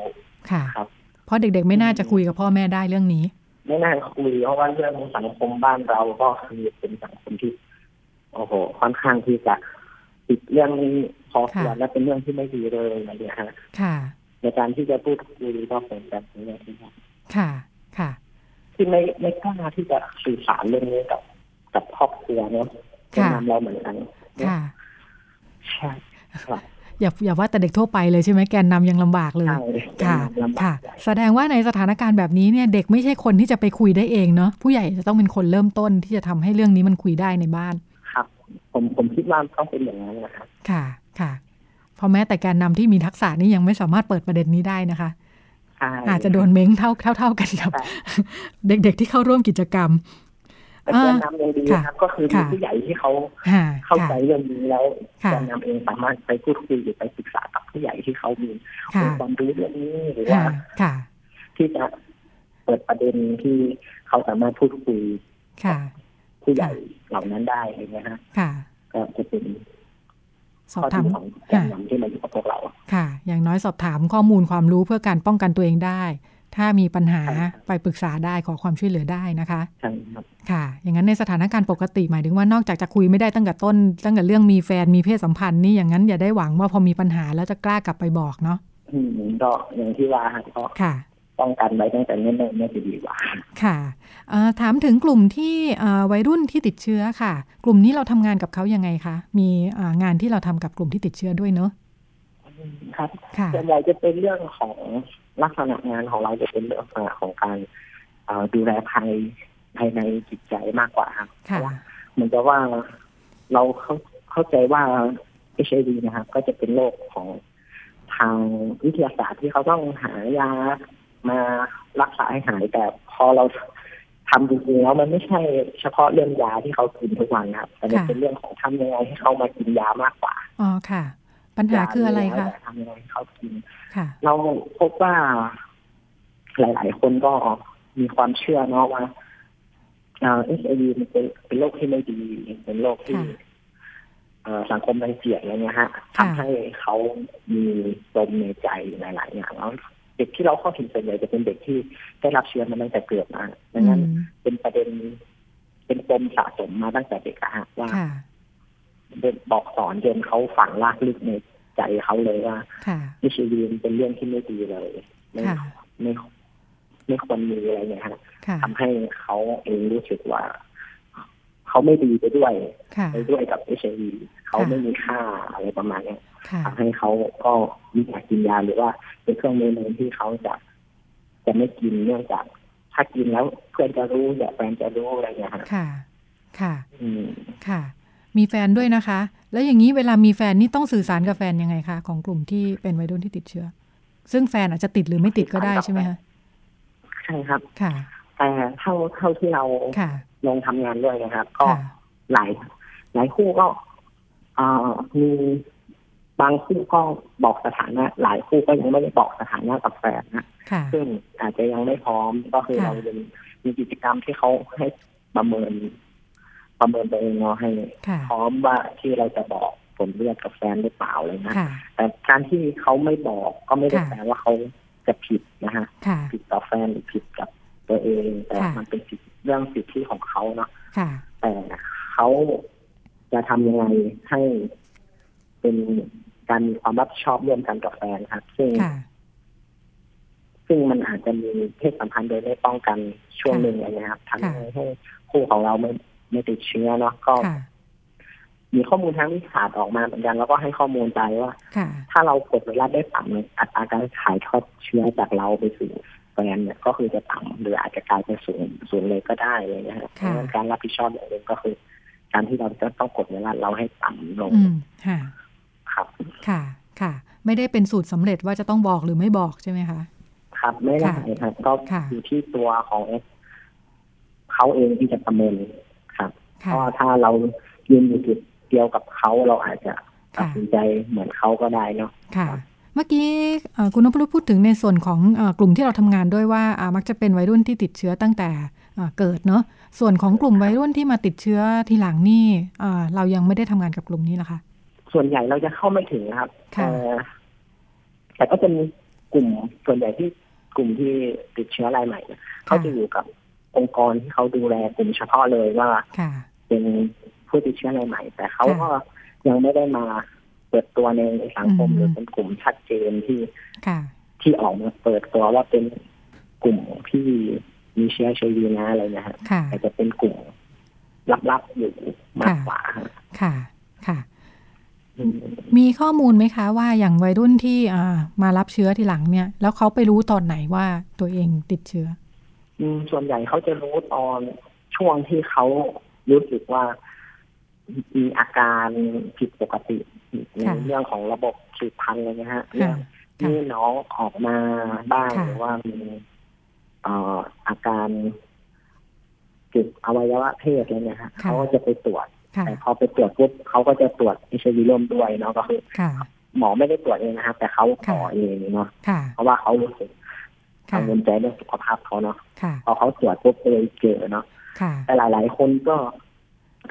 A: ค่ะ
D: ครับ
A: เพราะเด็กๆ ไม่น่าจะคุยกับพ่อแม่ได้เรื่องนี้
D: ไม่น่าคุยเพราะว่าเรื่องของสังคมบ้านเราก็คือเป็นสังคมที่ โอ้โห ค่อนข้างที่จะติดเรื่องนี้พอควร
A: ค่ะ
D: และเป็นเรื่องที่ไม่ดีเลยอะไรอย่างเงี้ยฮะ
A: ค่ะ
D: ในการที่จะพูดคุยก็เป็นแบบนี้ที่
A: ค่ะ ค่ะ
D: ที่ไม่ไม่กล้าที่จะสื่อสารเรื่องนี้กับ กับครอบครัวเนาะ
A: ค่ะ
D: นำเราเหมือนกัน
A: ค่ะ
D: ใช่ครับ
A: อย่าอย่าว่าแต่เด็กทั่วไปเลยใช่ไหมแกนนำยังลำบากเลย
D: ใช่
A: ค่ะ
D: ลำบาก
A: ค่ะ
D: ใจ
A: แสดงว่าในสถานการณ์แบบนี้เนี่ยเด็กไม่ใช่คนที่จะไปคุยได้เองเนาะ ผู้ใหญ่จะต้องเป็นคนเริ่มต้นที่จะทำให้เรื่องนี้มันคุยได้ในบ้าน
D: ครับผมผมคิดว่าต้องเป็นอย่างนั้นนะครับ
A: ค่ะ ค่ะ เพราะแม้แต่แการนำที่มีทักษะนี่ยังไม่สามารถเปิดประเด็นนี้ได้นะคะ อาจจะโดนเม้งเท่าเท่าเท่ากันกับ
D: ใช่
A: เด็กๆที่เข้าร่วมกิจกรรม
D: แต่แกนนำยังดี
A: ค่ะ
D: นะครับ ก็คือมี
A: ค่ะ
D: ผู้ใหญ่ที่เขา
A: ค่ะ
D: เข้าใจเรื่องนี้แล้ว
A: ค่ะ
D: แกนนำเองสามารถไปพูดคุยหรือไปปรึกษากับผู้ใหญ่ที่เขามี
A: ค่ะ
D: ความรู้เรื่องนี้หรือ
A: ค่ะ
D: ว่า
A: ค่ะ
D: ที่จะเปิดประเด็นที่เขาสามารถพูดคุย
A: ค่ะ
D: ผู้ใหญ่เหล่านั้นได้อะไรเงี้ยฮะ
A: ค่ะ
D: ก็จะเป็น
A: ส
D: ข้
A: อ
D: อบ
A: ถา
D: ดี
A: ม
D: ของแกนนำที่มาอยู่กับพวกเรา
A: ค่ะ อย่างน้อยสอบถามข้อมูลความรู้เพื่อการป้องกันตัวเองได้ ถ้ามีปัญหา
D: ใช่ครับ
A: ไปปรึกษาได้ขอความช่วยเหลือได้นะคะ
D: ใช่ครับ
A: ค่ะ อย่างนั้นในสถานการณ์ปกติ หมายถึงว่านอกจากจะคุยไม่ได้ตั้งแต่ต้น ตั้งแต่เรื่องมีแฟนมีเพศสัมพันธ์นี่อย่างนั้นอย่าได้หวังว่าพอมีปัญหาแล้วจะกล้ากลับไปบอกเนาะ
D: อืมก็อย่างที่ว่าฮะก็
A: ค่ะ
D: ป้องกันไว้ตั้งแต่เนิ่นๆน่าจะดีกว่า
A: ค่ะเอ่อถามถึงกลุ่มที่เอ่อวัยรุ่นที่ติดเชื้อค่ะ กลุ่มนี้เราทำงานกับเขายังไงคะมีเอ่องานที่เราทำกับกลุ่มที่ติดเชื้อด้วยเนอะ
D: ครับ
A: ค่ะ
D: ส่วนใหญ่จะเป็นเรื่องของลักษณะงานของเราจะเป็นเรื่องของของการเอ่อดูแลภายภายในจิตใจมากกว่าครับเพ
A: ค่ะ
D: ราะว่าเหมือนกับว่าเราเข้าเข้าใจว่าเอชไอวีนะครับ ก็จะเป็นโรคของทางวิทยาศาสตร์ที่เขาต้องหายามารักษาให้หายแต่พอเราทำจริงๆแล้วมันไม่ใช่เฉพาะเรื่องยาที่เขากินทุกวันนะครับแต่มันเป็นเรื่องของทำยังไงให้เขามากินยามากกว่า
A: อ๋อค่ะ ปัญหาย
D: า
A: คืออะไร
D: แล้
A: คะ
D: วแต่ทำยังไงให้เขากิน
A: ค่ะ
D: เราพบว่าหลาย ๆ คนก็มีความเชื่อเนาะว่าเอชไอวีมันเป็นเป็นโรคที่ไม่ดี เป็นโรคที่
A: ค่ะ
D: เอ่อสังคมรังเกียจอะไรเงี้ยฮะ
A: ค่ะ
D: ทำให้เขามีปมในใจหลาย ๆ อย่างแล้วเด็กที่เราเข้าถึงส่วนใหญ่จะเป็นเด็กที่ได้รับเชื้อมาตั้งแต่เกิดมาดังนั้น
A: อืม
D: เป็นประเด็น เป็นปมสะสมมาตั้งแต่เด็กอะฮะว่า
A: ค่ะ
D: เป็นบอกสอนจนเขาฝังลากลึกในใจเขาเลยว่า
A: ค่ะ
D: อิชวีนเป็นเรื่องที่ไม่ดีเลยไม่
A: ค่ะ
D: ไม่ไม่ควรมีอะไรเนี่ยฮะ
A: ค่ะ
D: ทำให้เขาเองรู้สึกว่า เขาไม่ดีไปด้วย
A: ค่ะ
D: ไปด้วยกับอิชวีเขา
A: ค่ะ
D: ไม่มีค่าอะไรประมาณเนี้ย
A: ค่ะ
D: ทำให้เขาก็ไมีอยากกินยาหรือว่าเป็นเครื่องมือหนึ่งที่เขาจะจะไม่กินเนื่องจาก ถ้ากินแล้วเพื่อนจะรู้อย่าแฟนจะรู้อะไรเนี่ยฮะ
A: ค่ะ ค่ะ
D: อืม
A: ค่ะ มีแฟนด้วยนะคะ แล้วอย่างนี้เวลามีแฟนนี่ต้องสื่อสารกับแฟนยังไงคะของกลุ่มที่เป็นวัยรุ่นที่ติดเชื้อ ซึ่งแฟนอาจจะติดหรือไม่ติดก็ได้ใช่ไหมคะ
D: ใช่ครับ
A: ค่ะ
D: แต่เท่าเท่าที่เรา
A: ค่ะ
D: ลงทำงานด้วยนะครับ ก็
A: ค่ะ
D: หลายหลายคู่ก็เอ่อมีบางคู่ก็บอกสถานะ หลายคู่ก็ยังไม่ได้บอกสถานะกับแฟนนะ
A: ค่ะ
D: ซึ่งอาจจะยังไม่พร้อมก็คือ
A: ค่ะ
D: เรายังมีกิจกรรมที่เขาให้ประเมิน ประเมินตัวเองเนาะให้
A: ค่ะ
D: พร้อมว่าที่เราจะบอกผลเลือกกับแฟนหรือเปล่าอะไรนะ
A: ค่ะ
D: แต่การที่เขาไม่บอกก็ไม่ได้
A: ค่ะ
D: แปลว่าเขาจะผิดนะฮะ
A: ค่ะ
D: ผิดต่อแฟนหรือผิดกับตัวเอง แต่
A: ค่ะ
D: มันเป็นสิทธิเรื่องสิทธิของเขาเนาะ
A: ค่ะ
D: แต่เขาจะทำยังไงให้เป็นการมีความรับผิดชอบร่วมกันกับแฟนครับ ซึ่ง
A: ค่ะ
D: ซึ่งมันอาจจะมีเพศสัมพันธ์โดยไม่ป้องกันช่วง
A: ค่ะ
D: หนึ่งอะไรนะครับทำ
A: ค่ะ
D: ให้คู่ของเราไม่ไม่ติดเชื้อเนาะก็
A: ค่ะ
D: มีข้อมูลทางวิทยาศาสตร์ออกมาเหมือนกันแล้วก็ให้ข้อมูลไปว่า
A: ค่ะ
D: ถ้าเรากดเวลาได้ต่ำเนี่ยอัตราการถ่ายทอดเชื้อจากเราไปสู่แฟนเนี่ยก็คือจะต่ำหรืออาจจะกลายเป็นศูนย์ศูนย์เลยก็ได้เลยนะฮะเพ
A: ค่ะ
D: ราะฉะนั้นการรับผิดชอบอย่างหนึ่งก็คือ การที่เราจะต้องกดเวลาเราให้ต่ำลง
A: อืมค่ะ
D: ครับ
A: ค่ะ ค่ะ ไม่ได้เป็นสูตรสำเร็จว่าจะต้องบอกหรือไม่บอกใช่ไหมคะ
D: ครับไม่ได้
A: ค่ะ
D: ครับก็
A: ค่ะ
D: อยู่ที่ตัวของเขาเองที่จะประเมินครับเพ
A: ค่ะ
D: ราะถ้าเรายืนอยู่จุดเดียวกับเขาเราอาจจะตัด
A: ค่ะ
D: สินใจเหมือนเขาก็ได้เนาะ
A: ค่ะ
D: ครับ
A: เมื่อกี้เอ่อคุณนพรุษพูดถึงในส่วนของเอ่อกลุ่มที่เราทำงานด้วยว่าอ่ามักจะเป็นวัยรุ่นที่ติดเชื้อตั้งแต่เอ่อเกิดเนาะ ส่วนของกลุ่มวัยรุ่นที่มาติดเชื้อทีหลังนี่เอ่อเรายังไม่ได้ทำงานกับกลุ่มนี้นะคะ
D: ส่วนใหญ่เราจะเข้าไม่ถึงนะครับ
A: ค่ะ
D: เอ่อแต่ก็จะมีกลุ่มส่วนใหญ่ที่กลุ่มที่ติดเชื้อรายใหม่เนี่ยเขาจะอยู่กับองค์กรที่เขาดูแลกลุ่มเฉพาะเลยว่า
A: ค่ะ
D: เป็นผู้ติดเชื้อรายใหม่ แต่เขาก็ยังไม่ได้มาเปิดตัวในสังคม
A: อืม
D: หรือเป็นกลุ่มชัดเจนที่
A: ค่ะ
D: ที่ออกมาเปิดตัวว่าเป็นกลุ่มที่มีเชื้อเชวีนะอะไรนะฮะ
A: ค่ะ
D: แต่จะเป็นกลุ่มลับๆอยู่มากกว่าฮะ
A: ค่ะ ค่ะ
D: อืม
A: มีข้อมูลไหมคะว่าอย่างวัยรุ่นที่อ่ามารับเชื้อทีหลังเนี่ย แล้วเขาไปรู้ตอนไหนว่าตัวเองติดเชื้อ
D: อืมส่วนใหญ่เขาจะรู้ตอนช่วงที่เขารู้สึกว่า มีอาการผิดปกติใน
A: ค่ะ
D: เรื่องของระบบสืบพันธุ์อะไรเลยนะฮะเรื่
A: ค่ะ
D: องที่น้องออกมาบ้าง
A: ค่ะ
D: หรือว่ามีเอ่ออาการจุดอวัยวะเพศอะไรเนี่ยฮะเขาก็จะไปตรวจ
A: ค่ะ
D: แต่พอไปตรวจปุ๊บเขาก็จะตรวจอิชวีร่วมด้วยเนาะก็คือ
A: ค่ะ
D: หมอไม่ได้ตรวจเองนะครับ แต่เขาขอ
A: ค่ะ
D: เองเนาะ
A: ค่ะ
D: เพราะว่าเขารู้สึก
A: ค่ะ
D: กังวลใจเรื่องสุขภาพเขาเนาะ
A: ค่ะ
D: พอเขาตรวจปุ๊บเลยเจอเนาะ
A: ค่ะ
D: แต่หลาย ๆ คนก็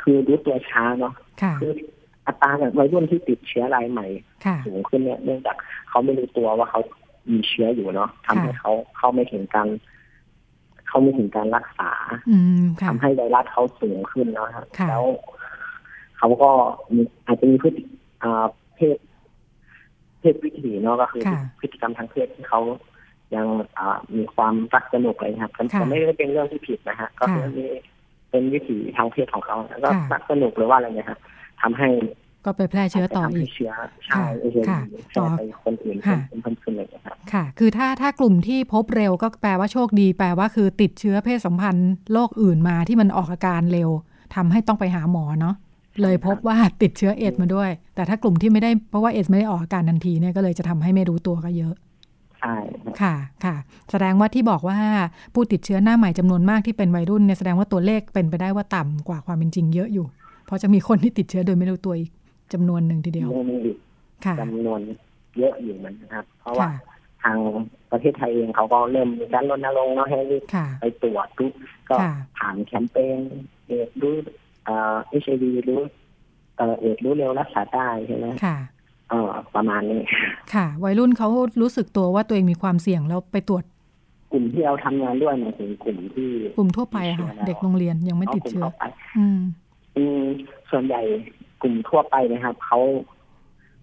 D: คือรู้ตัวช้าเนาะ
A: ค่ะ
D: คืออัตราแบบวัยรุ่นที่ติดเชื้อรายใหม่
A: ค่ะ
D: สูงขึ้นเนี่ยเนื่องจากเขาไม่รู้ตัวว่าเขามีเชื้ออยู่เนาะทำให้
A: ค่ะ
D: เขาเข้าไม่ถึงการเข้าไม่ถึงการรักษา
A: อืม ค่ะ
D: ทำให้ไวรัสเขาสูงขึ้นเนาะครับ
A: ค่ะ
D: แล้วเขาก็มีอาจจะมีพฤติอ่าเพศเพศวิถีเนาะก็คือ
A: ค่ะ
D: พฤติกรรมทางเพศที่เขา ยังเอ่อมีความรักสนุกอะไรนะครับ
A: ค่ะ
D: ก็ไม่ได้เป็นเรื่องที่ผิดนะฮะก็เป็น
A: ค่ะ
D: เรื่องที่เป็นวิถีทางเพศของเขาแล้วก็
A: ค่ะ
D: รักสนุกหรือว่าอะไรเนยครับทำให้
A: ก็ไปแพร่เชื้อต่อ
D: ทำ
A: อี
D: ให้
A: ก
D: เชื้อใช่
A: ค่ะ
D: เอเชีย
A: ค่ะ
D: แพร่ไปคนอื่น
A: ค่ะ
D: เป็นเพิ่มขึ้นเลยนะครับ
A: ค่ะ คือถ้าถ้ากลุ่มที่พบเร็วก็แปลว่าโชคดี แปลว่าคือติดเชื้อเพศสัมพันธ์โรคอื่นมาที่มันออกอาการเร็วทำให้ต้องไปหาหมอเนาะเลยพบว่าติดเชื้อเอดส์มาด้วย แต่ถ้ากลุ่มที่ไม่ได้เพราะว่าเอดส์ไม่ได้ออกอาการทันทีเนี่ยก็เลยจะทำให้ไม่รู้ตัวก็เยอะ
D: ใช่ครับ
A: ค่ะค่ะ แสดงว่าที่บอกว่าผู้ติดเชื้อหน้าใหม่จำนวนมากที่เป็นวัยรุ่นเนี่ยแสดงว่าตัวเลขเป็นไปได้ว่าต่ำกว่าความเป็นจริงเยอะอยู่ เพราะจะมีคนที่ติดเชื้อโดยไม่รู้ตัวอีกจำนวนหนึ่งทีเดียว
D: เรื่องนี้อีก
A: ค่ะ
D: จำนวนเยอะอยู่เหมือนกันครับ เพราะว่า
A: ค่ะ
D: ทางประเทศไทยเองเขาก็เริ่มมีการรณรงค์เนาะให้รีบ
A: ค่ะ
D: ไปตรวจดูก็
A: ค่ะ
D: ผ่านแคมเปญเอดส์รู้เอ่อชไอวีรู้เอ่อเอดส์รู้เร็วรักษาได้ใช่ไหม
A: ค่ะ
D: เออประมาณนี้
A: ค่ะ วัยรุ่นเขารู้สึกตัวว่าตัวเองมีความเสี่ยงแล้วไปตรวจ
D: กลุ่มที่เราทำงานด้วยเนี่ยถึงกลุ่มที่
A: กลุ่มทั่วไปอะค่ะ เด็กโรงเรียนยังไม่ติดเชื้อ
D: ากลุ่ข้าไป
A: อืม
D: อืมส่วนใหญ่กลุ่มทั่วไปนะครับเขา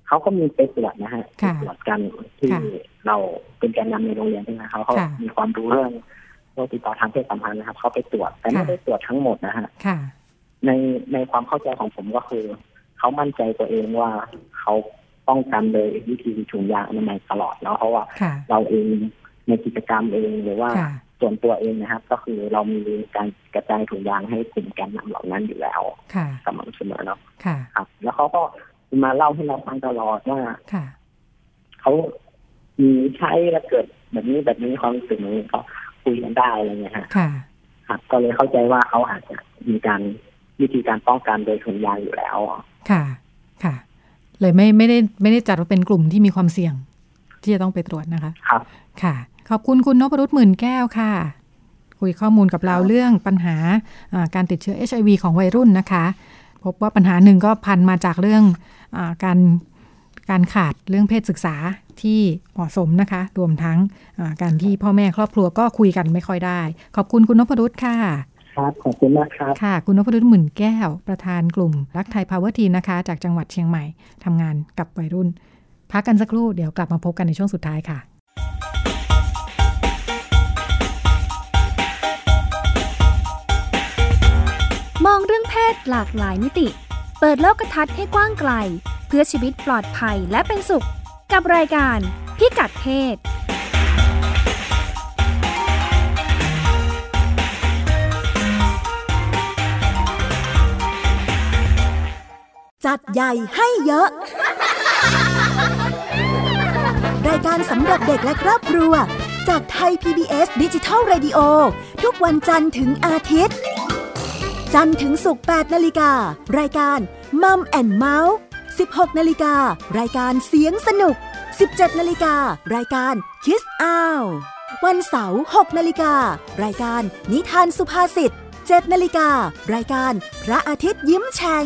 D: เขาก็มีไปตรวจนะฮะ
A: ค่ะ
D: ไปตรวจกันที่
A: ค่ะ
D: เราเป็นแกนนำในโรงเรียนใช่ไหมเขาเขา
A: ค่ะ
D: มีความรู้เรื่องโรคติดต่อทางเพศสัมพันธ์นะครับเขาไปตรวจแต่ไม่
A: ค่ะ
D: ได้ตรวจทั้งหมดนะฮะ
A: ค่ะ
D: ในในความเข้าใจของผมก็คือเขามั่นใจตัวเองว่าเขาป้องกันเลยวิธีถุงยางอนามัยตลอดเนาะเพราะว่า
A: ค่ะ
D: เราเองในกิจกรรมเองหรือว่า
A: ค่ะ
D: ส่วนตัวเองนะครับ ก็คือเรามีการกระจายถุงยางให้กลุ่มแกนนำเหล่านั้นอยู่แล้ว
A: ค่ะ
D: สม่ำเสมอเนาะ
A: ค่ะ
D: ครับ แล้วเขาก็มาเล่าให้เราฟังตลอดว่า
A: ค่ะ
D: เขามีใช้แล้วเกิดแบบนี้แบบนี้ความรู้สึกนี้ก็คุยกันได้อะไรเงี้ยฮะ
A: ค่ะ
D: ครับ ก็เลยเข้าใจว่าเขาอาจจะมีการวิธีการป้องกันโดยถุงยางอยู่แล้ว
A: ค่ะ ค่ะ เลยไม่ไม่ได้ไม่ได้จัดว่าเป็นกลุ่มที่มีความเสี่ยง ที่จะต้องไปตรวจนะคะ
D: ครับ
A: ค่ะ ขอบคุณคุณนพรุษหมื่นแก้วค่ะ คุยข้อมูลกับเราเรื่องปัญหาอ่าการติดเชื้อ HIV ของวัยรุ่นนะคะ พบว่าปัญหาหนึ่งก็พันมาจากเรื่องอาการการขาดเรื่องเพศศึกษาที่เหมาะสมนะคะ รวมทั้งอ่าการที่พ่อแม่ครอบครัวก็คุยกันไม่ค่อยได้ ขอบคุณคุณนพรุษค่ะ
D: ครับขอบคุณมากครับ
A: ค่ะ คุณนพดุลหมื่นแก้ว ประธานกลุ่ม รักไทยพาวเวอร์ทีนะคะ จากจังหวัดเชียงใหม่ทำงานกับวัยรุ่น พักกันสักครู่เดี๋ยวกลับมาพบกันในช่วงสุดท้ายค่ะ
B: มองเรื่องเพศหลากหลายมิติ เปิดโลกทัศน์ให้กว้างไกล เพื่อชีวิตปลอดภัยและเป็นสุข กับรายการพิกัดเพศ
E: จัดใหญ่ให้เยอะ รายการสำหรับเด็กและครอบครัว จากไทย PBS ดิจิทัล Radio ทุกวันจันทร์ถึงอาทิตย์ จันทร์ถึงศุกร์8นาฬิกา รายการมัมแอนเมาส์16นาฬิกา รายการเสียงสนุก 17นาฬิกา รายการคิสอ้าววันเสาร์6นาฬิกา รายการนิทานสุภาษิต7นาฬิกา รายการพระอาทิตย์ยิ้มแฉ่ง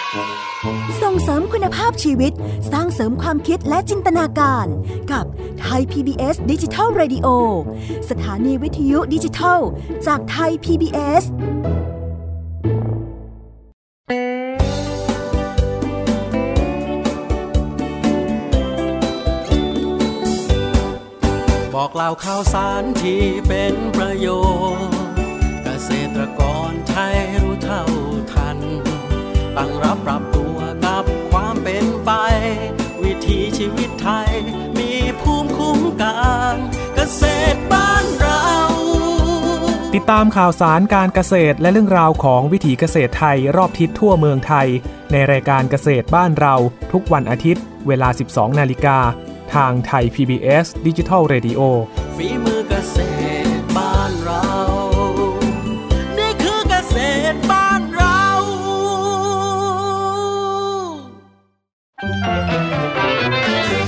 E: ส่งเสริมคุณภาพชีวิต สร้างเสริมความคิดและจินตนาการ กับไทย PBS ดิจิทัล Radio สถานีวิทยุดิจิทัล จากไทย PBS
F: บอกเล่าข่าวสารที่เป็นประโยชน์ เกษตรกรไทยรู้เท่าทัน ตั้งรับปรับตัวกับความเป็นไป วิถีชีวิตไทยมีภูมิคุ้มกัน เกษตรบ้านเรา
G: ติดตามข่าวสารการเกษตรและเรื่องราวของวิถีเกษตรไทยรอบทิศทั่วเมืองไทย ในรายการเกษตรบ้านเราทุกวันอาทิตย์ เวลา 12 นาฬิกา ทางไทย PBS ดิจิทัล Radio
F: ฝีมือเกษตรบ้านเรา นี่คือเกษตรบ้านเรา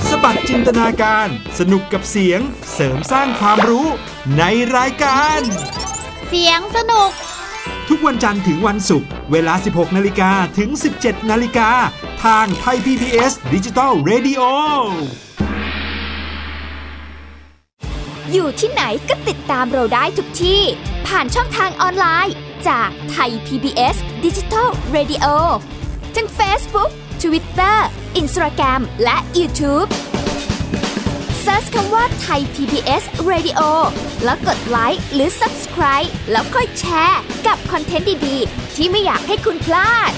H: สบัดจินตนาการ สนุกกับเสียง เสริมสร้างความรู้ในรายการ
B: เสียงสนุก
H: ทุกวันจันทร์ถึงวันศุกร์เวลา 16 นาฬิกาถึง 17 นาฬิกา ทางไทย PPS ดิจิ t a ล Radio
B: อยู่ที่ไหนก็ติดตามเราได้ทุกที่ ผ่านช่องทางออนไลน์ จากไทย PBS Digital Radio ทั้ง Facebook Twitter Instagram และ YouTube Search คำว่าไทย PBS Radio แล้วกดไลค์หรือ Subscribe แล้วค่อยแชร์กับคอนเทนต์ดี ๆ ที่ไม่อยากให้คุณพลาด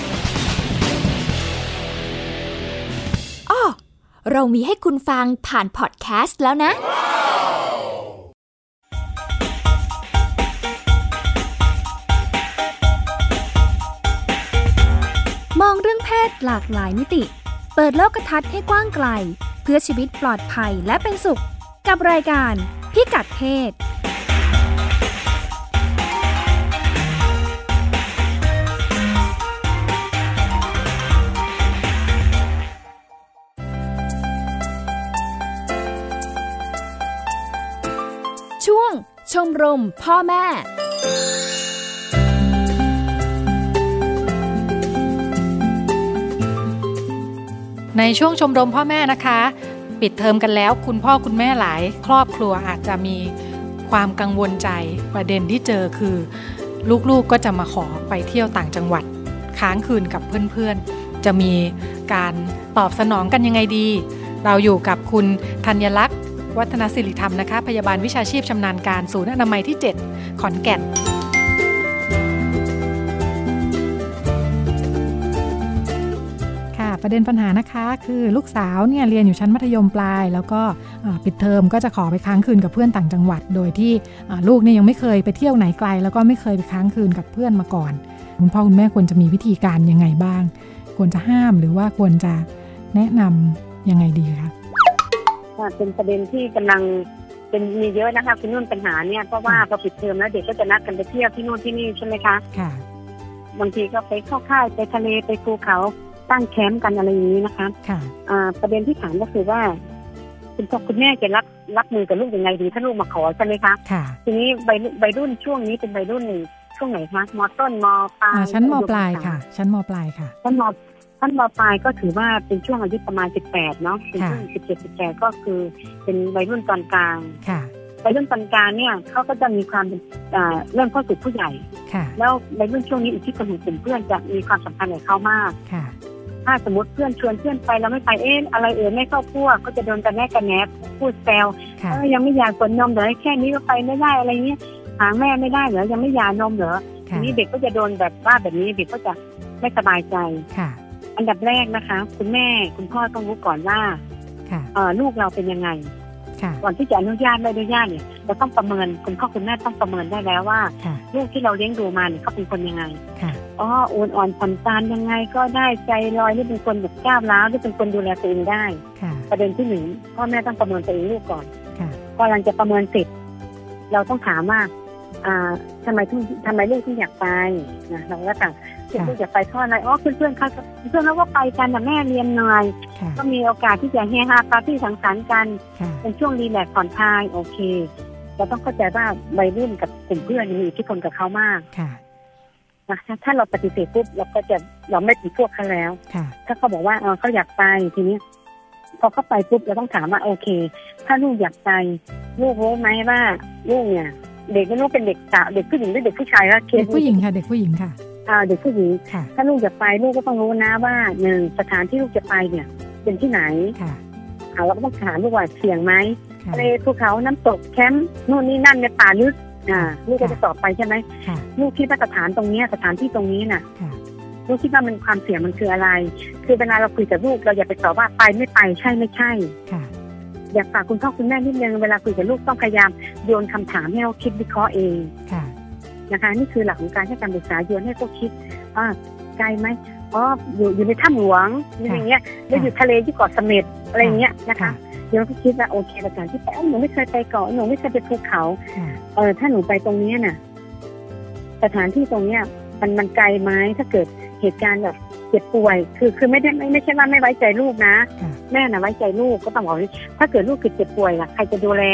B: อ้อเรามีให้คุณฟังผ่านพอดแคสต์แล้วนะ
I: มองเรื่องเพศหลากหลายมิติ เปิดโลกทัศน์ให้กว้างไกล เพื่อชีวิตปลอดภัยและเป็นสุข กับรายการพิกัดเพศ ช่วงชมรมพ่อแม่
A: ในช่วงชมรมพ่อแม่นะคะ ปิดเทอมกันแล้วคุณพ่อคุณแม่หลาย ครอบครัวอาจจะมีความกังวลใจประเด็นที่เจอคือ ลูกๆก็จะมาขอไปเที่ยวต่างจังหวัด ค้างคืนกับเพื่อนๆ จะมีการตอบสนองกันยังไงดี เราอยู่กับคุณธัญลักษณ์ วัฒนศิริธรรมนะคะ พยาบาลวิชาชีพชำนาญการศูนย์อนามัยที่ 7 ขอนแก่น ค่ะประเด็นปัญหานะคะคือลูกสาวเนี่ยเรียนอยู่ชั้นมัธยมปลาย แล้วก็อ่าปิดเทอมก็จะขอไปค้างคืนกับเพื่อนต่างจังหวัด โดยที่อ่าลูกเนี่ยยังไม่เคยไปเที่ยวไหนไกล แล้วก็ไม่เคยไปค้างคืนกับเพื่อนมาก่อน คุณพ่อคุณแม่ควรจะมีวิธีการยังไงบ้าง ควรจะห้ามหรือว่าควรจะแนะนำยังไงดีคะ
D: ค่ะเป็นประเด็นที่กำลังเป็นมีเยอะนะคะคุณนุ่นปัญหาเนี่ยเพราะว่าพอปิดเทอมแล้วเด็กก็จะนัดกันไปเที่ยวที่นู่นที่นี่ใช่ไหมคะ
A: ค่ะ
D: บางทีก็ไปเข้าค่ายไปทะเลไปภูเขาตั้งแคมป์กันอะไรอย่างนี้นะคะ
A: ค่ะ
D: อ่าประเด็นที่ถามก็คือว่า คุณพ่อคุณแม่จะรับรับมือกับลูกยังไงดีถ้าลูกมาขอใช่ไหมคะ
A: ค่ะ
D: ทีนี้วัยรุ่นวัยรุ่นช่วงนี้เป็นวัยรุ่นช่วงไหนคะมต้นมปลา
A: อ่าย ชั้นมปลายค่ะ ชั้นมปลายค่ะ
D: ชั้นมชั้นมปลายก็ถือว่าเป็นช่วงอายุประมาณ 18เนาะเป็นช่วง
A: ค่ะ
D: 17 18ก็คือเป็นวัยรุ่นตอนกลาง
A: ค่ะ
D: วัยรุ่นปานกลางเนี่ยเขาก็จะมีความเป็นอ่าเริ่มเข้าสู่ผู้ใหญ่
A: ค่ะ
D: แล้ววัยรุ่นช่วงนี้อิทธิพลของกลุ่มเพื่อนจะมีความสำคัญกับเขามาก
A: ค่ะ
D: ถ้าสมมติเพื่อนชวนเพื่อนไปแล้วไม่ไปเอ๊ะอะไรเอ่ยไม่เข้าพวกก็จะโดนกันแน่กันแหนบพูดแซว
A: ค่ะ
D: เอ้ยยังไม่หยากลนมเหรอแค่นี้ก็ไปไม่ได้อะไรเงี้ยหาแม่ไม่ได้เหรอยังไม่หยานมเหรอที
A: ค่ะ
D: นี้เด็กก็จะโดนแบบว่าแบบนี้เด็กก็จะไม่สบายใจ
A: ค่ะ
D: อันดับแรกนะคะ คุณแม่คุณพ่อต้องรู้ก่อนว่า
A: ค่ะ
D: เอ่อลูกเราเป็นยังไง
A: ค่ะ
D: ก่อนที่จะอนุญาตไม่อนุญาตเนี่ยเราต้องประเมินคุณพ่อคุณแม่ต้องประเมินได้แล้วว่า
A: ค่ะ
D: ลูกที่เราเลี้ยงดูมาเนี่ยเขาเป็นคนยังไง
A: ค่ะ
D: อ๋อโอนอ่อนผ่อนตานยังไงก็ได้ใจลอยหรือเป็นคนแบบก้าวร้าวหรือเป็นคนดูแลตัวเองได้
A: ค่ะ
D: ประเด็นที่หนึ่งพ่อแม่ต้องประเมินตัวเองลูกก่อน
A: ค่ะ
D: พอหลังจะประเมินเสร็จเราต้องถามว่า อ่าทำไมถึงทำไมลูกถึงอยากไปนะเราก็ถามลูกอยากไปเพราะอะไรอ๋อเพื่อนๆเขาเพื่อนๆเขาก็ไปกันนะแม่เรียนเหนื่อย
A: ค่ะ
D: ก็มีโอกาสที่จะเฮฮาปาร์ตี้สังสรรค์กัน
A: ค่ะ
D: เป็นช่วงรีแลกซ์ผ่อนคลายโอเคเราต้องเข้าใจว่าวัยรุ่นกับกลุ่มเพื่อนมีอิทธิพลกับเขามาก
A: ค่ะ
D: นะถ้าถ้าเราปฏิเสธปุ๊บเราก็จะเราไม่ติดพวกเขาแล้ว
A: ค่ะ
D: ถ้าเขาบอกว่าเออเขาอยากไปทีนี้พอเขาไปปุ๊บเราต้องถามว่าโอเค ถ้าลูกอยากไปลูกรู้ไหมว่าลูกเนี่ย เด็กไม่รู้เป็นเด็กสาวเด็กผู้หญิงหรือเด็กผู้ชายละเค
A: เด็
D: ส
A: กผู้หญิงค่ะเด็กผู้หญิงค่ะ
D: อ่าเด็กผู้หญิง
A: ค่ะ
D: ถ้าลูกอยากไปลูกก็ต้องรู้นะว่าหนึ่งสถานที่ลูกจะไปเนี่ย เป็นที่ไหน
A: ค่ะ
D: อ่าเราก็ต้องถามลูกว่าเสี่ยงไหม
A: ค่ะ
D: ทะเลภูเขาน้ำตกแคมป์นู่นนี่นั่นในป่าลึกอ่าลูกก็จะสอบไปใช่ไหม
A: ค่ะ
D: ลูกคิดมาตรฐานตรงเนี้ยสถานที่ตรงนี้น่ะ
A: ค่ะ
D: ลูกคิดว่ามันความเสี่ยงมันคืออะไร คือเวลาเราคุยกับลูกเราอย่าไปตอบว่าไปไม่ไปใช่ไม่ใช่
A: ค่ะ
D: อยากฝากคุณพ่อคุณแม่นิดนึงเวลาคุยกับลูกต้องพยายามโยนคำถามให้เขาคิดวิเคราะห์เอง
A: ค่ะ
D: นะคะนี่คือหลักของการให้การศึกษาโยนให้เขาคิดว่าไกลไหมอ๋ออยู่อยู่ในถ้ำหลวงอยู่อย่างเงี้ยแล้วอยู่ทะเลที่เกาะเสม็ดอะไรอย่างเงี้ยนะคะโยนเขาคิดว่าโอเคสถานที่ไปเอ้าหนูไม่เคยไปเกาะหนูไม่เคยไปภูเขา
A: ค่ะ
D: เออถ้าหนูไปตรงเนี้ยน่ะ สถานที่ตรงเนี้ย มันมันไกลไหมถ้าเกิดเหตุการณ์แบบเจ็บป่วย คือคือไม่ได้ไม่ไม่ใช่ว่าไม่ไว้ใจลูกนะ
A: ค่ะ
D: แม่น่ะไว้ใจลูกก็ต้องบอกว่าถ้าเกิดลูกเกิดเจ็บป่วยล่ะใครจะดูแล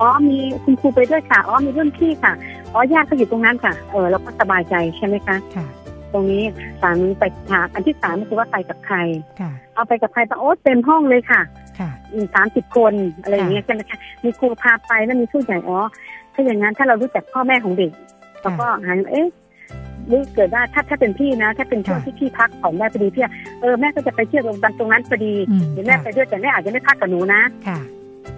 D: อ๋อมีคุณครูไปด้วยค่ะอ๋อมีรุ่นพี่ค่ะ อ๋อญาติเขาอยู่ตรงนั้นค่ะ เออเราก็สบายใจใช่ไหมคะ
A: ค่ะ
D: ตรงนี้สามไปหาอันที่สามก็คือว่าไปกับใคร
A: ค่ะ
D: เอาไปกับใครปะโอ๊ตเต็มห้องเลยค่ะ
A: ค่ะ
D: สามสิบคนอะไรอย่างเงี้ยใช่ไหมคะมีครูพาไปแล้วมีผู้ใหญ่อ๋อถ้าอย่างนั้นถ้าเรารู้จักพ่อแม่ของเด็กเราก็หันเอ๊ะหรือเกิดว่าถ้าถ้าเป็นพี่นะ ถ้าเป็นช่วง
A: ค่ะ
D: ที่พี่พักของแม่พอดีพี่เออแม่ก็จะไปเที่ยวตรงนั้นตรงนั้นพอดี
A: อืม
D: เดี๋ยวแม่ไปด้วยแต่แม่อาจจะไม่พักกับหนูนะ
A: ค่ะ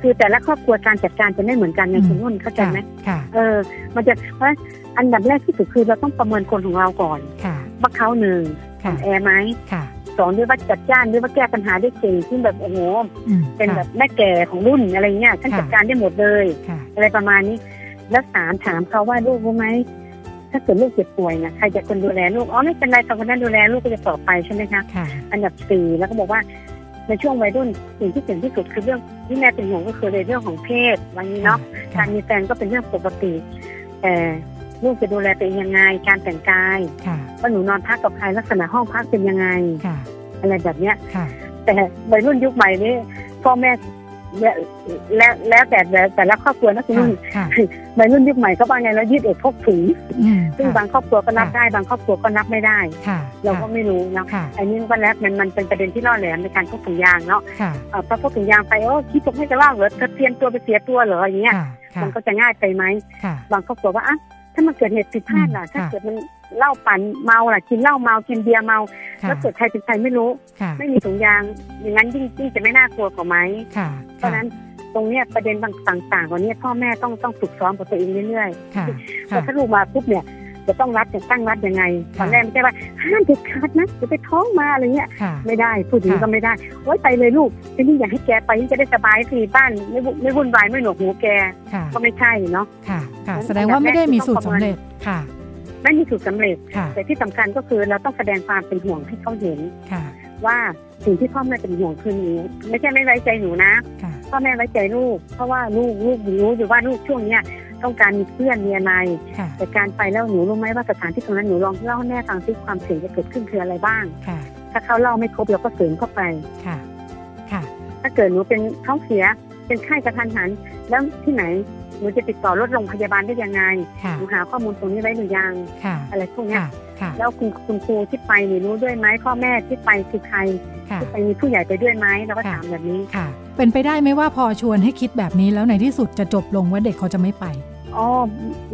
D: คือแต่ละครอบครัวการจัดการจะไม่เหมือนกันในคุณนุ่นเข้าใจไหม
A: ค่ะ
D: เออ มันจะเพราะอันดับแรกที่สุดคือเราต้องประเมินคนของเราก่อน
A: ค่ะ
D: ว่าเขาหนึ่ง
A: ค่ะ
D: แอร์ไหม
A: ค่ะ
D: สอนด้วยว่าจัดจ้านด้วยว่าแก้ปัญหาได้เก่งที่แบบโอ้โห
A: อืม
D: เป็น
A: ค่ะ
D: แบบแม่แก่ของรุ่นอะไรเงี้ยท่าน
A: ค่ะ
D: จัดการได้หมดเลย
A: ค่ะ
D: อะไรประมาณนี้ แล้วสามถามเขาว่าลูกรู้ไหมถ้าเกิดลูกเจ็บป่วยนะใครจะคนดูแลลูกอ๋อไม่เป็นไรค่ะคนนั้นดูแลลูกก็จะต่อไปใช่ไหมคะ
A: ค่ะ
D: อันดับสี่แล้วก็บอกว่าในช่วงวัยรุ่นสิ่งที่เสี่ยงที่สุดคือเรื่องที่แม่เป็นห่วงก็คือในเรื่องของเพศวันนี้เนาะ
A: ค่ะ
D: การมีแฟนก็เป็นเรื่องปกติแต่ลูกจะดูแลตัวเองยังไง การแต่งกาย
A: ค่ะ
D: ว่าหนูนอนพักกับใครลักษณะห้องพักเป็นยังไง
A: ค่ะ
D: อะไรแบบเนี้ย
A: ค่ะ
D: แต่วัยรุ่นยุคใหม่นี้พ่อแม่และและแล้วแต่แต่ละครอบครัวนะคุณ
A: ค่ะ
D: นุ่น
A: ค่ะ
D: วัยรุ่นยุคใหม่ก็บางไงแล้วยืดเอกพกถุง
A: อืม
D: ซึ่ง
A: ค่ะ
D: บางครอบครัวก็รับได้บางครอบครัวก็รับไม่ได้
A: ค่ะ
D: เราก็ไม่รู้นะ
A: ค่ะ
D: อันนี้ก็แล้วมันมันเป็นประเด็นที่ล่อแหลมในการพกถุงยางเนาะ
A: ค่ะ
D: เอ่อพอพกถุงยางไปโอ้คิดตรงให้จะเล่าเหรอเธอเตรียมตัวไปเสียตัวเหรออย่างเงี้ย
A: ค่ะค่ะ
D: มันก็จะง่ายไปไหม
A: ค่ะ
D: บางครอบครัวว่าอ่ะถ้ามันเกิดเหตุผิดพลาดล่ะ
A: อืม
D: ถ้า
A: ค่ะ
D: เกิดมันเหล้าปั่นเมาล่ะกินเหล้าเมากินเบียร์เมา
A: ค่ะ
D: แล้วเกิดใครเป็นใครไม่รู้
A: ค่ะ
D: ไม่มีถุงยางอย่างนั้นยิ่งยิ่งจะไม่น่ากลัวกว่าไหม
A: ค่ะ
D: เพราะฉะนั้นตรงเนี้ยประเด็นต่างๆวันนี้พ่อแม่ต้องต้องฝึกซ้อมกับตัวเองเรื่อย
A: ค่ะ
D: ๆ
A: ค่ะ
D: แต่ถ้าลูกมาปุ๊บเนี่ยจะต้องรับจะตั้งรับยังไงต
A: ค่ะ
D: อนแรกไม่ใช่ว่าห้ามเด็ดขาดนะจะไปท้องมาอะไรเงี้ย
A: ค่ะ
D: ไม่ได้พูดถึงนี้
A: ค่ะ
D: ก็ไม่ได้โอ๊ยไปเลยลูกที่นี่อยากให้แกไปที่จะได้สบายฟรีบ้านไม่วุ่นไม่วุ่นวายไม่หนวกหูแก
A: ค่ะ
D: ก็ไม่ใช่เนาะ
A: ค่ะค่ะ
D: งั้น
A: แสดงว่าไม่ได้มีสูตร
D: อัน
A: สำ
D: ดับแรก
A: เร็จค่ะ
D: ไม่มีสูตรสำเร็จ
A: ค่ะ
D: แต่ที่สำคัญก็คือเราต้องแสดงความเป็นห่วงให้เขาเห็น
A: ค่ะ
D: ว่าสิ่งที่พ่อแม่เป็นห่วงคือหนูไม่ใช่ไม่ไว้ใจหนูนะ
A: ค่ะ
D: พ่อแม่ไว้ใจลูก เพราะว่าลูกลูกรู้อยู่ว่าลูกช่วงเนี้ยต้องการมีเพื่อนมีอะไร
A: ค่ะ
D: แต่การไปแล้วหนูรู้ไหมว่าสถานที่ตรงนั้นหนูลองเล่าให้แม่ฟังซิความเสี่ยงจะเกิดขึ้นคืออะไรบ้าง
A: ค่ะ
D: ถ้าเขาเล่าไม่ครบเราก็เสริมเข้าไป
A: ค่ะค่ะ
D: ถ้าเกิดหนูเป็นท้องเสียเป็นไข้กระทันหัน แล้วที่ไหนหนูจะติดต่อรถโรงพยาบาลได้ยังไง
A: ค่ะ
D: หนูหาข้อมูลตรงนี้ไว้หรือยัง
A: ค่ะ
D: อะไรพวกเนี้ย
A: ค่ะค่ะ
D: แล้วคุณคุณครูที่ไปหนูรู้ด้วยไหมพ่อแม่ที่ไปคือใคร
A: ค่ะ
D: ที่ไปมีผู้ใหญ่ไปด้วยไหมเราก็
A: ค่ะ
D: ถามแบบนี้
A: ค่ะ เป็นไปได้ไหมว่าพอชวนให้คิดแบบนี้แล้วในที่สุดจะจบลงว่าเด็กเขาจะไม่ไป
D: อ๋อ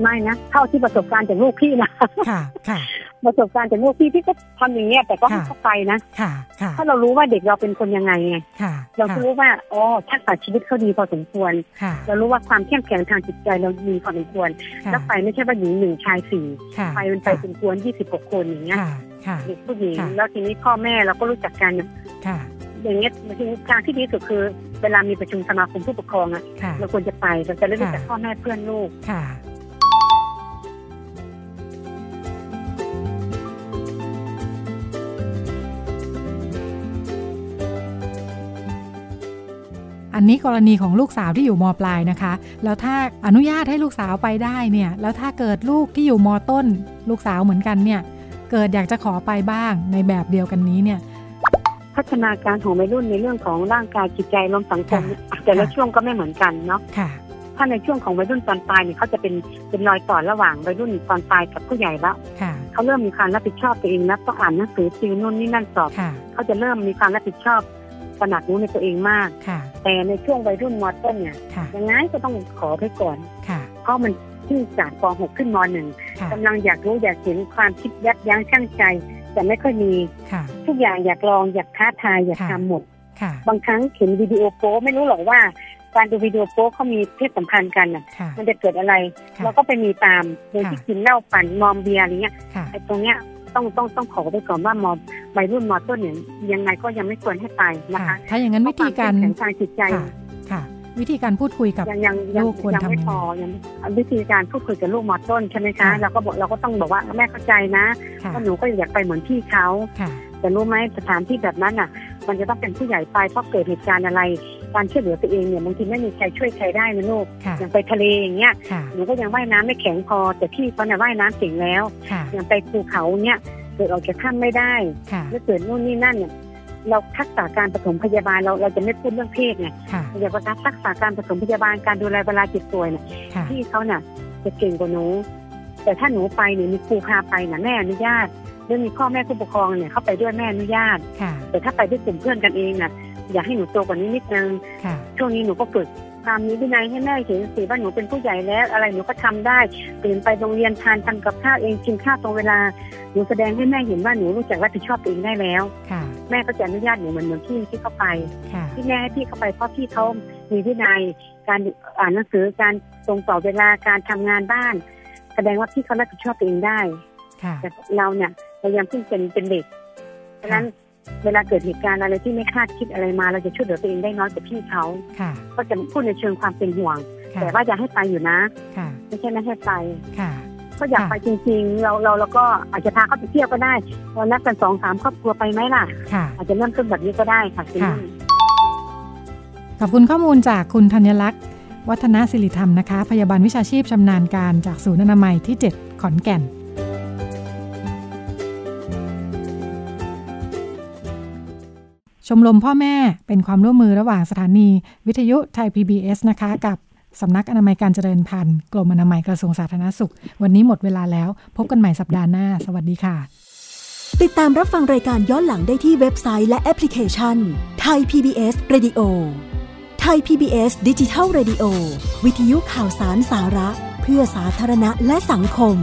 D: ไม่นะเท่าที่ประสบการณ์จากลูกพี่นะ
A: ค่ะ ค่ะ
D: ประสบการณ์จากลูกพี่ที่ก็ทำอย่างเงี้ยแต่ก็ให้
A: ค่ะ
D: เข้าไปนะ
A: ค่ะ ค่ะ
D: ถ้าเรารู้ว่าเด็กเราเป็นคนยังไงไง
A: ค่ะ
D: เราก็รู้ว่าอ๋อทักษะชีวิตเขาดีพอสมควร
A: ค่ะ
D: เรารู้ว่าความเข้มแข็งทางจิตใจเราดีพอสมควร
A: ค่ะ
D: แล้วไปไม่ใช่ว่าหญิงหนึ่งชายสี่
A: ค่ะ
D: ไปมันไปเป็นกวนยี่สิบหกคนอย่างเงี้ย
A: ค่ะค่ะ
D: เด็กผู้หญิง
A: ค่ะ
D: แล้วทีนี้พ่อแม่เราก็รู้จักกัน
A: ค่ะ
D: อย่างเงี้ยทีนี้ทางที่ดีที่สุดคือ เวลามีประชุมสมาคมผู้ปกครองอะ
A: ค่ะ
D: เราควรจะไปเราจะได้รู้จัก
A: ค่ะ
D: พ่อแม่เพื่อนลูก
A: ค่ะ อันนี้กรณีของลูกสาวที่อยู่มปลายนะคะ แล้วถ้าอนุญาตให้ลูกสาวไปได้เนี่ย แล้วถ้าเกิดลูกที่อยู่มต้น ลูกสาวเหมือนกันเนี่ย เกิดอยากจะขอไปบ้างในแบบเดียวกันนี้เนี่ย
D: พัฒนาการของวัยรุ่นในเรื่องของร่างกายจิตใจรวมสังคม
A: ค่ะ
D: แต่ละช่วงก็ไม่เหมือนกันเนาะ
A: ค่ะ
D: ถ้าในช่วงของวัยรุ่นตอนปลายเนี่ยเขาจะเป็นเป็นรอยต่อระหว่างวัยรุ่นตอนปลายกับผู้ใหญ่แล้ว
A: ค่ะ
D: เขาเริ่มมีความรับผิดชอบตัวเองแล้วต้องอ่านหนังสือติวนู่นนี่นั่นสอบ
A: ค่ะ
D: เขาจะเริ่มมีความรับผิดชอบตระหนักรู้ในตัวเองมาก
A: ค่ะ
D: แต่ในช่วงวัยรุ่นมต้นเนี่ย
A: ค่ะ
D: ยังไงก็ต้องขอไปก่อน
A: ค่ะ
D: เพราะมันที่จากป .6 ขึ้นม
A: ค่ะ
D: .1 กำลังอยากรู้อยากเห็นความคิดยับยั้งชั่งใจแต่ไม่ค่อยมี
A: ค่ะ
D: ทุกอย่างอยากลองอยากท้าทายอยาก
A: ค่ะ
D: ทำหมด
A: ค่ะ
D: บางครั้งเห็นวิดีโอโป๊ไม่รู้หรอกว่า การดูวิดีโอโป๊เขามีเพศสัมพันธ์กันน่ะ
A: ค่ะ
D: มันจะเกิดอะไร
A: ค่ะ
D: เราก็ไปมีตามโดยที่
A: ค่ะ
D: กินเหล้าปั่นมอมเบียร์อะไรเงี้ย
A: ค่ะ
D: ไอ้ตรงเนี้ยต้องต้องต้องขอไปก่อนว่ามอมวัยรุ่นมอต้นเนี่ยยังไงก็ยังไม่ควรให้ไปนะ
A: ค่ะ
D: คะ
A: ถ้าอย่างนั้นวิธีการ
D: เพะควมเข้มแข็งทางจิตใจ
A: ค่ะค่ะ วิธีการพูดคุยกับ
D: ยังยังยัง
A: ลูกควร
D: ยัง
A: ทำยั
D: ไม่
A: งไง
D: พอยังวิธีการพูดคุยกับลูกมอต้นใช่ไหมคะ
A: ค่ะ
D: เราก็บอกเราก็ต้องบอกว่าแม่เข้าใจนะ
A: ค่ะ
D: ว่าหนูก็อยากไปเหมือนพี่เขา
A: ค่ะ
D: แต่รู้ไหมสถานที่แบบนั้นอ่ะ มันจะต้องเป็นผู้ใหญ่ไปเพราะเกิดเหตุการณ์อะไรการช่วยเหลือตัวเองเนี่ยบางทีไม่มีใครช่วยใครได้นะลูก
A: ค่ะ
D: อย่างไปทะเลอย่างเงี้ย
A: ค่ะ
D: หนูก็ยังว่ายน้ำไม่แข็งพอ แต่พี่เขาเนี่ยว่ายน้ำเก่งแล้ว
A: ค่ะ
D: อย่างไปภูเขาเนี่ยเกิดออกจากถ้ำไม่ได้
A: ค่ะ
D: หรือเกิดนู่นนี่นั่นเนี่ยเราทักษะการปฐมพยาบาลเราเราจะไม่พูดเรื่องเพศไง
A: ค่ะ
D: อย่าประทักษะการปฐมพยาบาลการดูแลเวลาเจ็บป่วยเนี่ย
A: ค่ะ
D: พี่เขาเนี่ยจะเก่งกว่าหนู
J: แต่ถ้าหนูไปเนี่ยมีครูพาไปนะแม่อนุญาตหรือมีพ่อแม่ผู้ปกครองเนี่ยเข้าไปด้วยแม่อนุญาต
A: ค่ะ
J: แต่ถ้าไปด้วยกลุ่มเพื่อนกันเองน่ะอยากให้หนูโตกว่านี้นิดนึง
A: ค่ะ
J: ช่วงนี้หนูก็ฝึกความมีวินัยให้แม่เห็นสิว่าหนูเป็นผู้ใหญ่แล้ว อะไรหนูก็ทำได้ตื่นไปโรงเรียนทานทำกับข้าวเองกินข้าวตรงเวลาหนูแสดงให้แม่เห็นว่าหนูรู้จักรับผิดชอบตัวเองได้แล้ว
A: ค่ะ
J: แม่ก็จะอนุญาตหนูเหมือนเหมือนพี่ที่เข้าไป
A: ค่ะ
J: ที่แม่ให้พี่เข้าไปเพราะพี่เขามีวินัยการอ่านหนังสือการตรงต่อเวลาการทำงานบ้าน แสดงว่าพี่เขารับผิดชอบตัวเองได้
A: ค่ะ
J: แต่เราเนี่ยเรายังเพิ่งเป็นเป็นเด็กฉะนั้นเวลาเกิดเหตุการณ์อะไรที่ไม่คาดคิดอะไรมา เราจะช่วยเหลือตัวเองได้น้อยกว่าพี่เขา
A: ค่ะ
J: ก็จะพูดในเชิงความเป็นห่วง
A: ค่ะ
J: แต่ว่าอยากให้ไปอยู่นะ
A: ค่ะ
J: ไม่ใช่ไม่ให้ไป
A: ค่ะ
J: ก็อยาก
A: ค่ะ
J: ไปจริงๆ เราเราเราก็อาจจะพาเขาไปเที่ยวก็ได้เรานัดกันสองสามครอบครัวไปไหมล่ะ
A: ค่ะ
J: อาจจะเริ่มต้นแบบนี้ก็ได้ค่ะคุณ
A: ค่ะ ขอบคุณข้อมูลจากคุณธัญลักษณ์ วัฒนศิริธรรมนะคะ พยาบาลวิชาชีพชำนาญการจากศูนย์อนามัยที่ 7 ขอนแก่น ชมรมพ่อแม่เป็นความร่วมมือระหว่างสถานีวิทยุไทย PBS นะคะ กับสำนักอนามัยการเจริญพันธุ์กรมอนามัยกระทรวงสาธารณสุข วันนี้หมดเวลาแล้ว พบกันใหม่สัปดาห์หน้า สวัสดีค่ะ
E: ติดตามรับฟังรายการย้อนหลังได้ที่เว็บไซต์และแอปพลิเคชันไทย PBS Radio ไทย PBS ดิจิทัล Radio วิทยุข่าวสารสาระ เพื่อสาธารณะและสังคม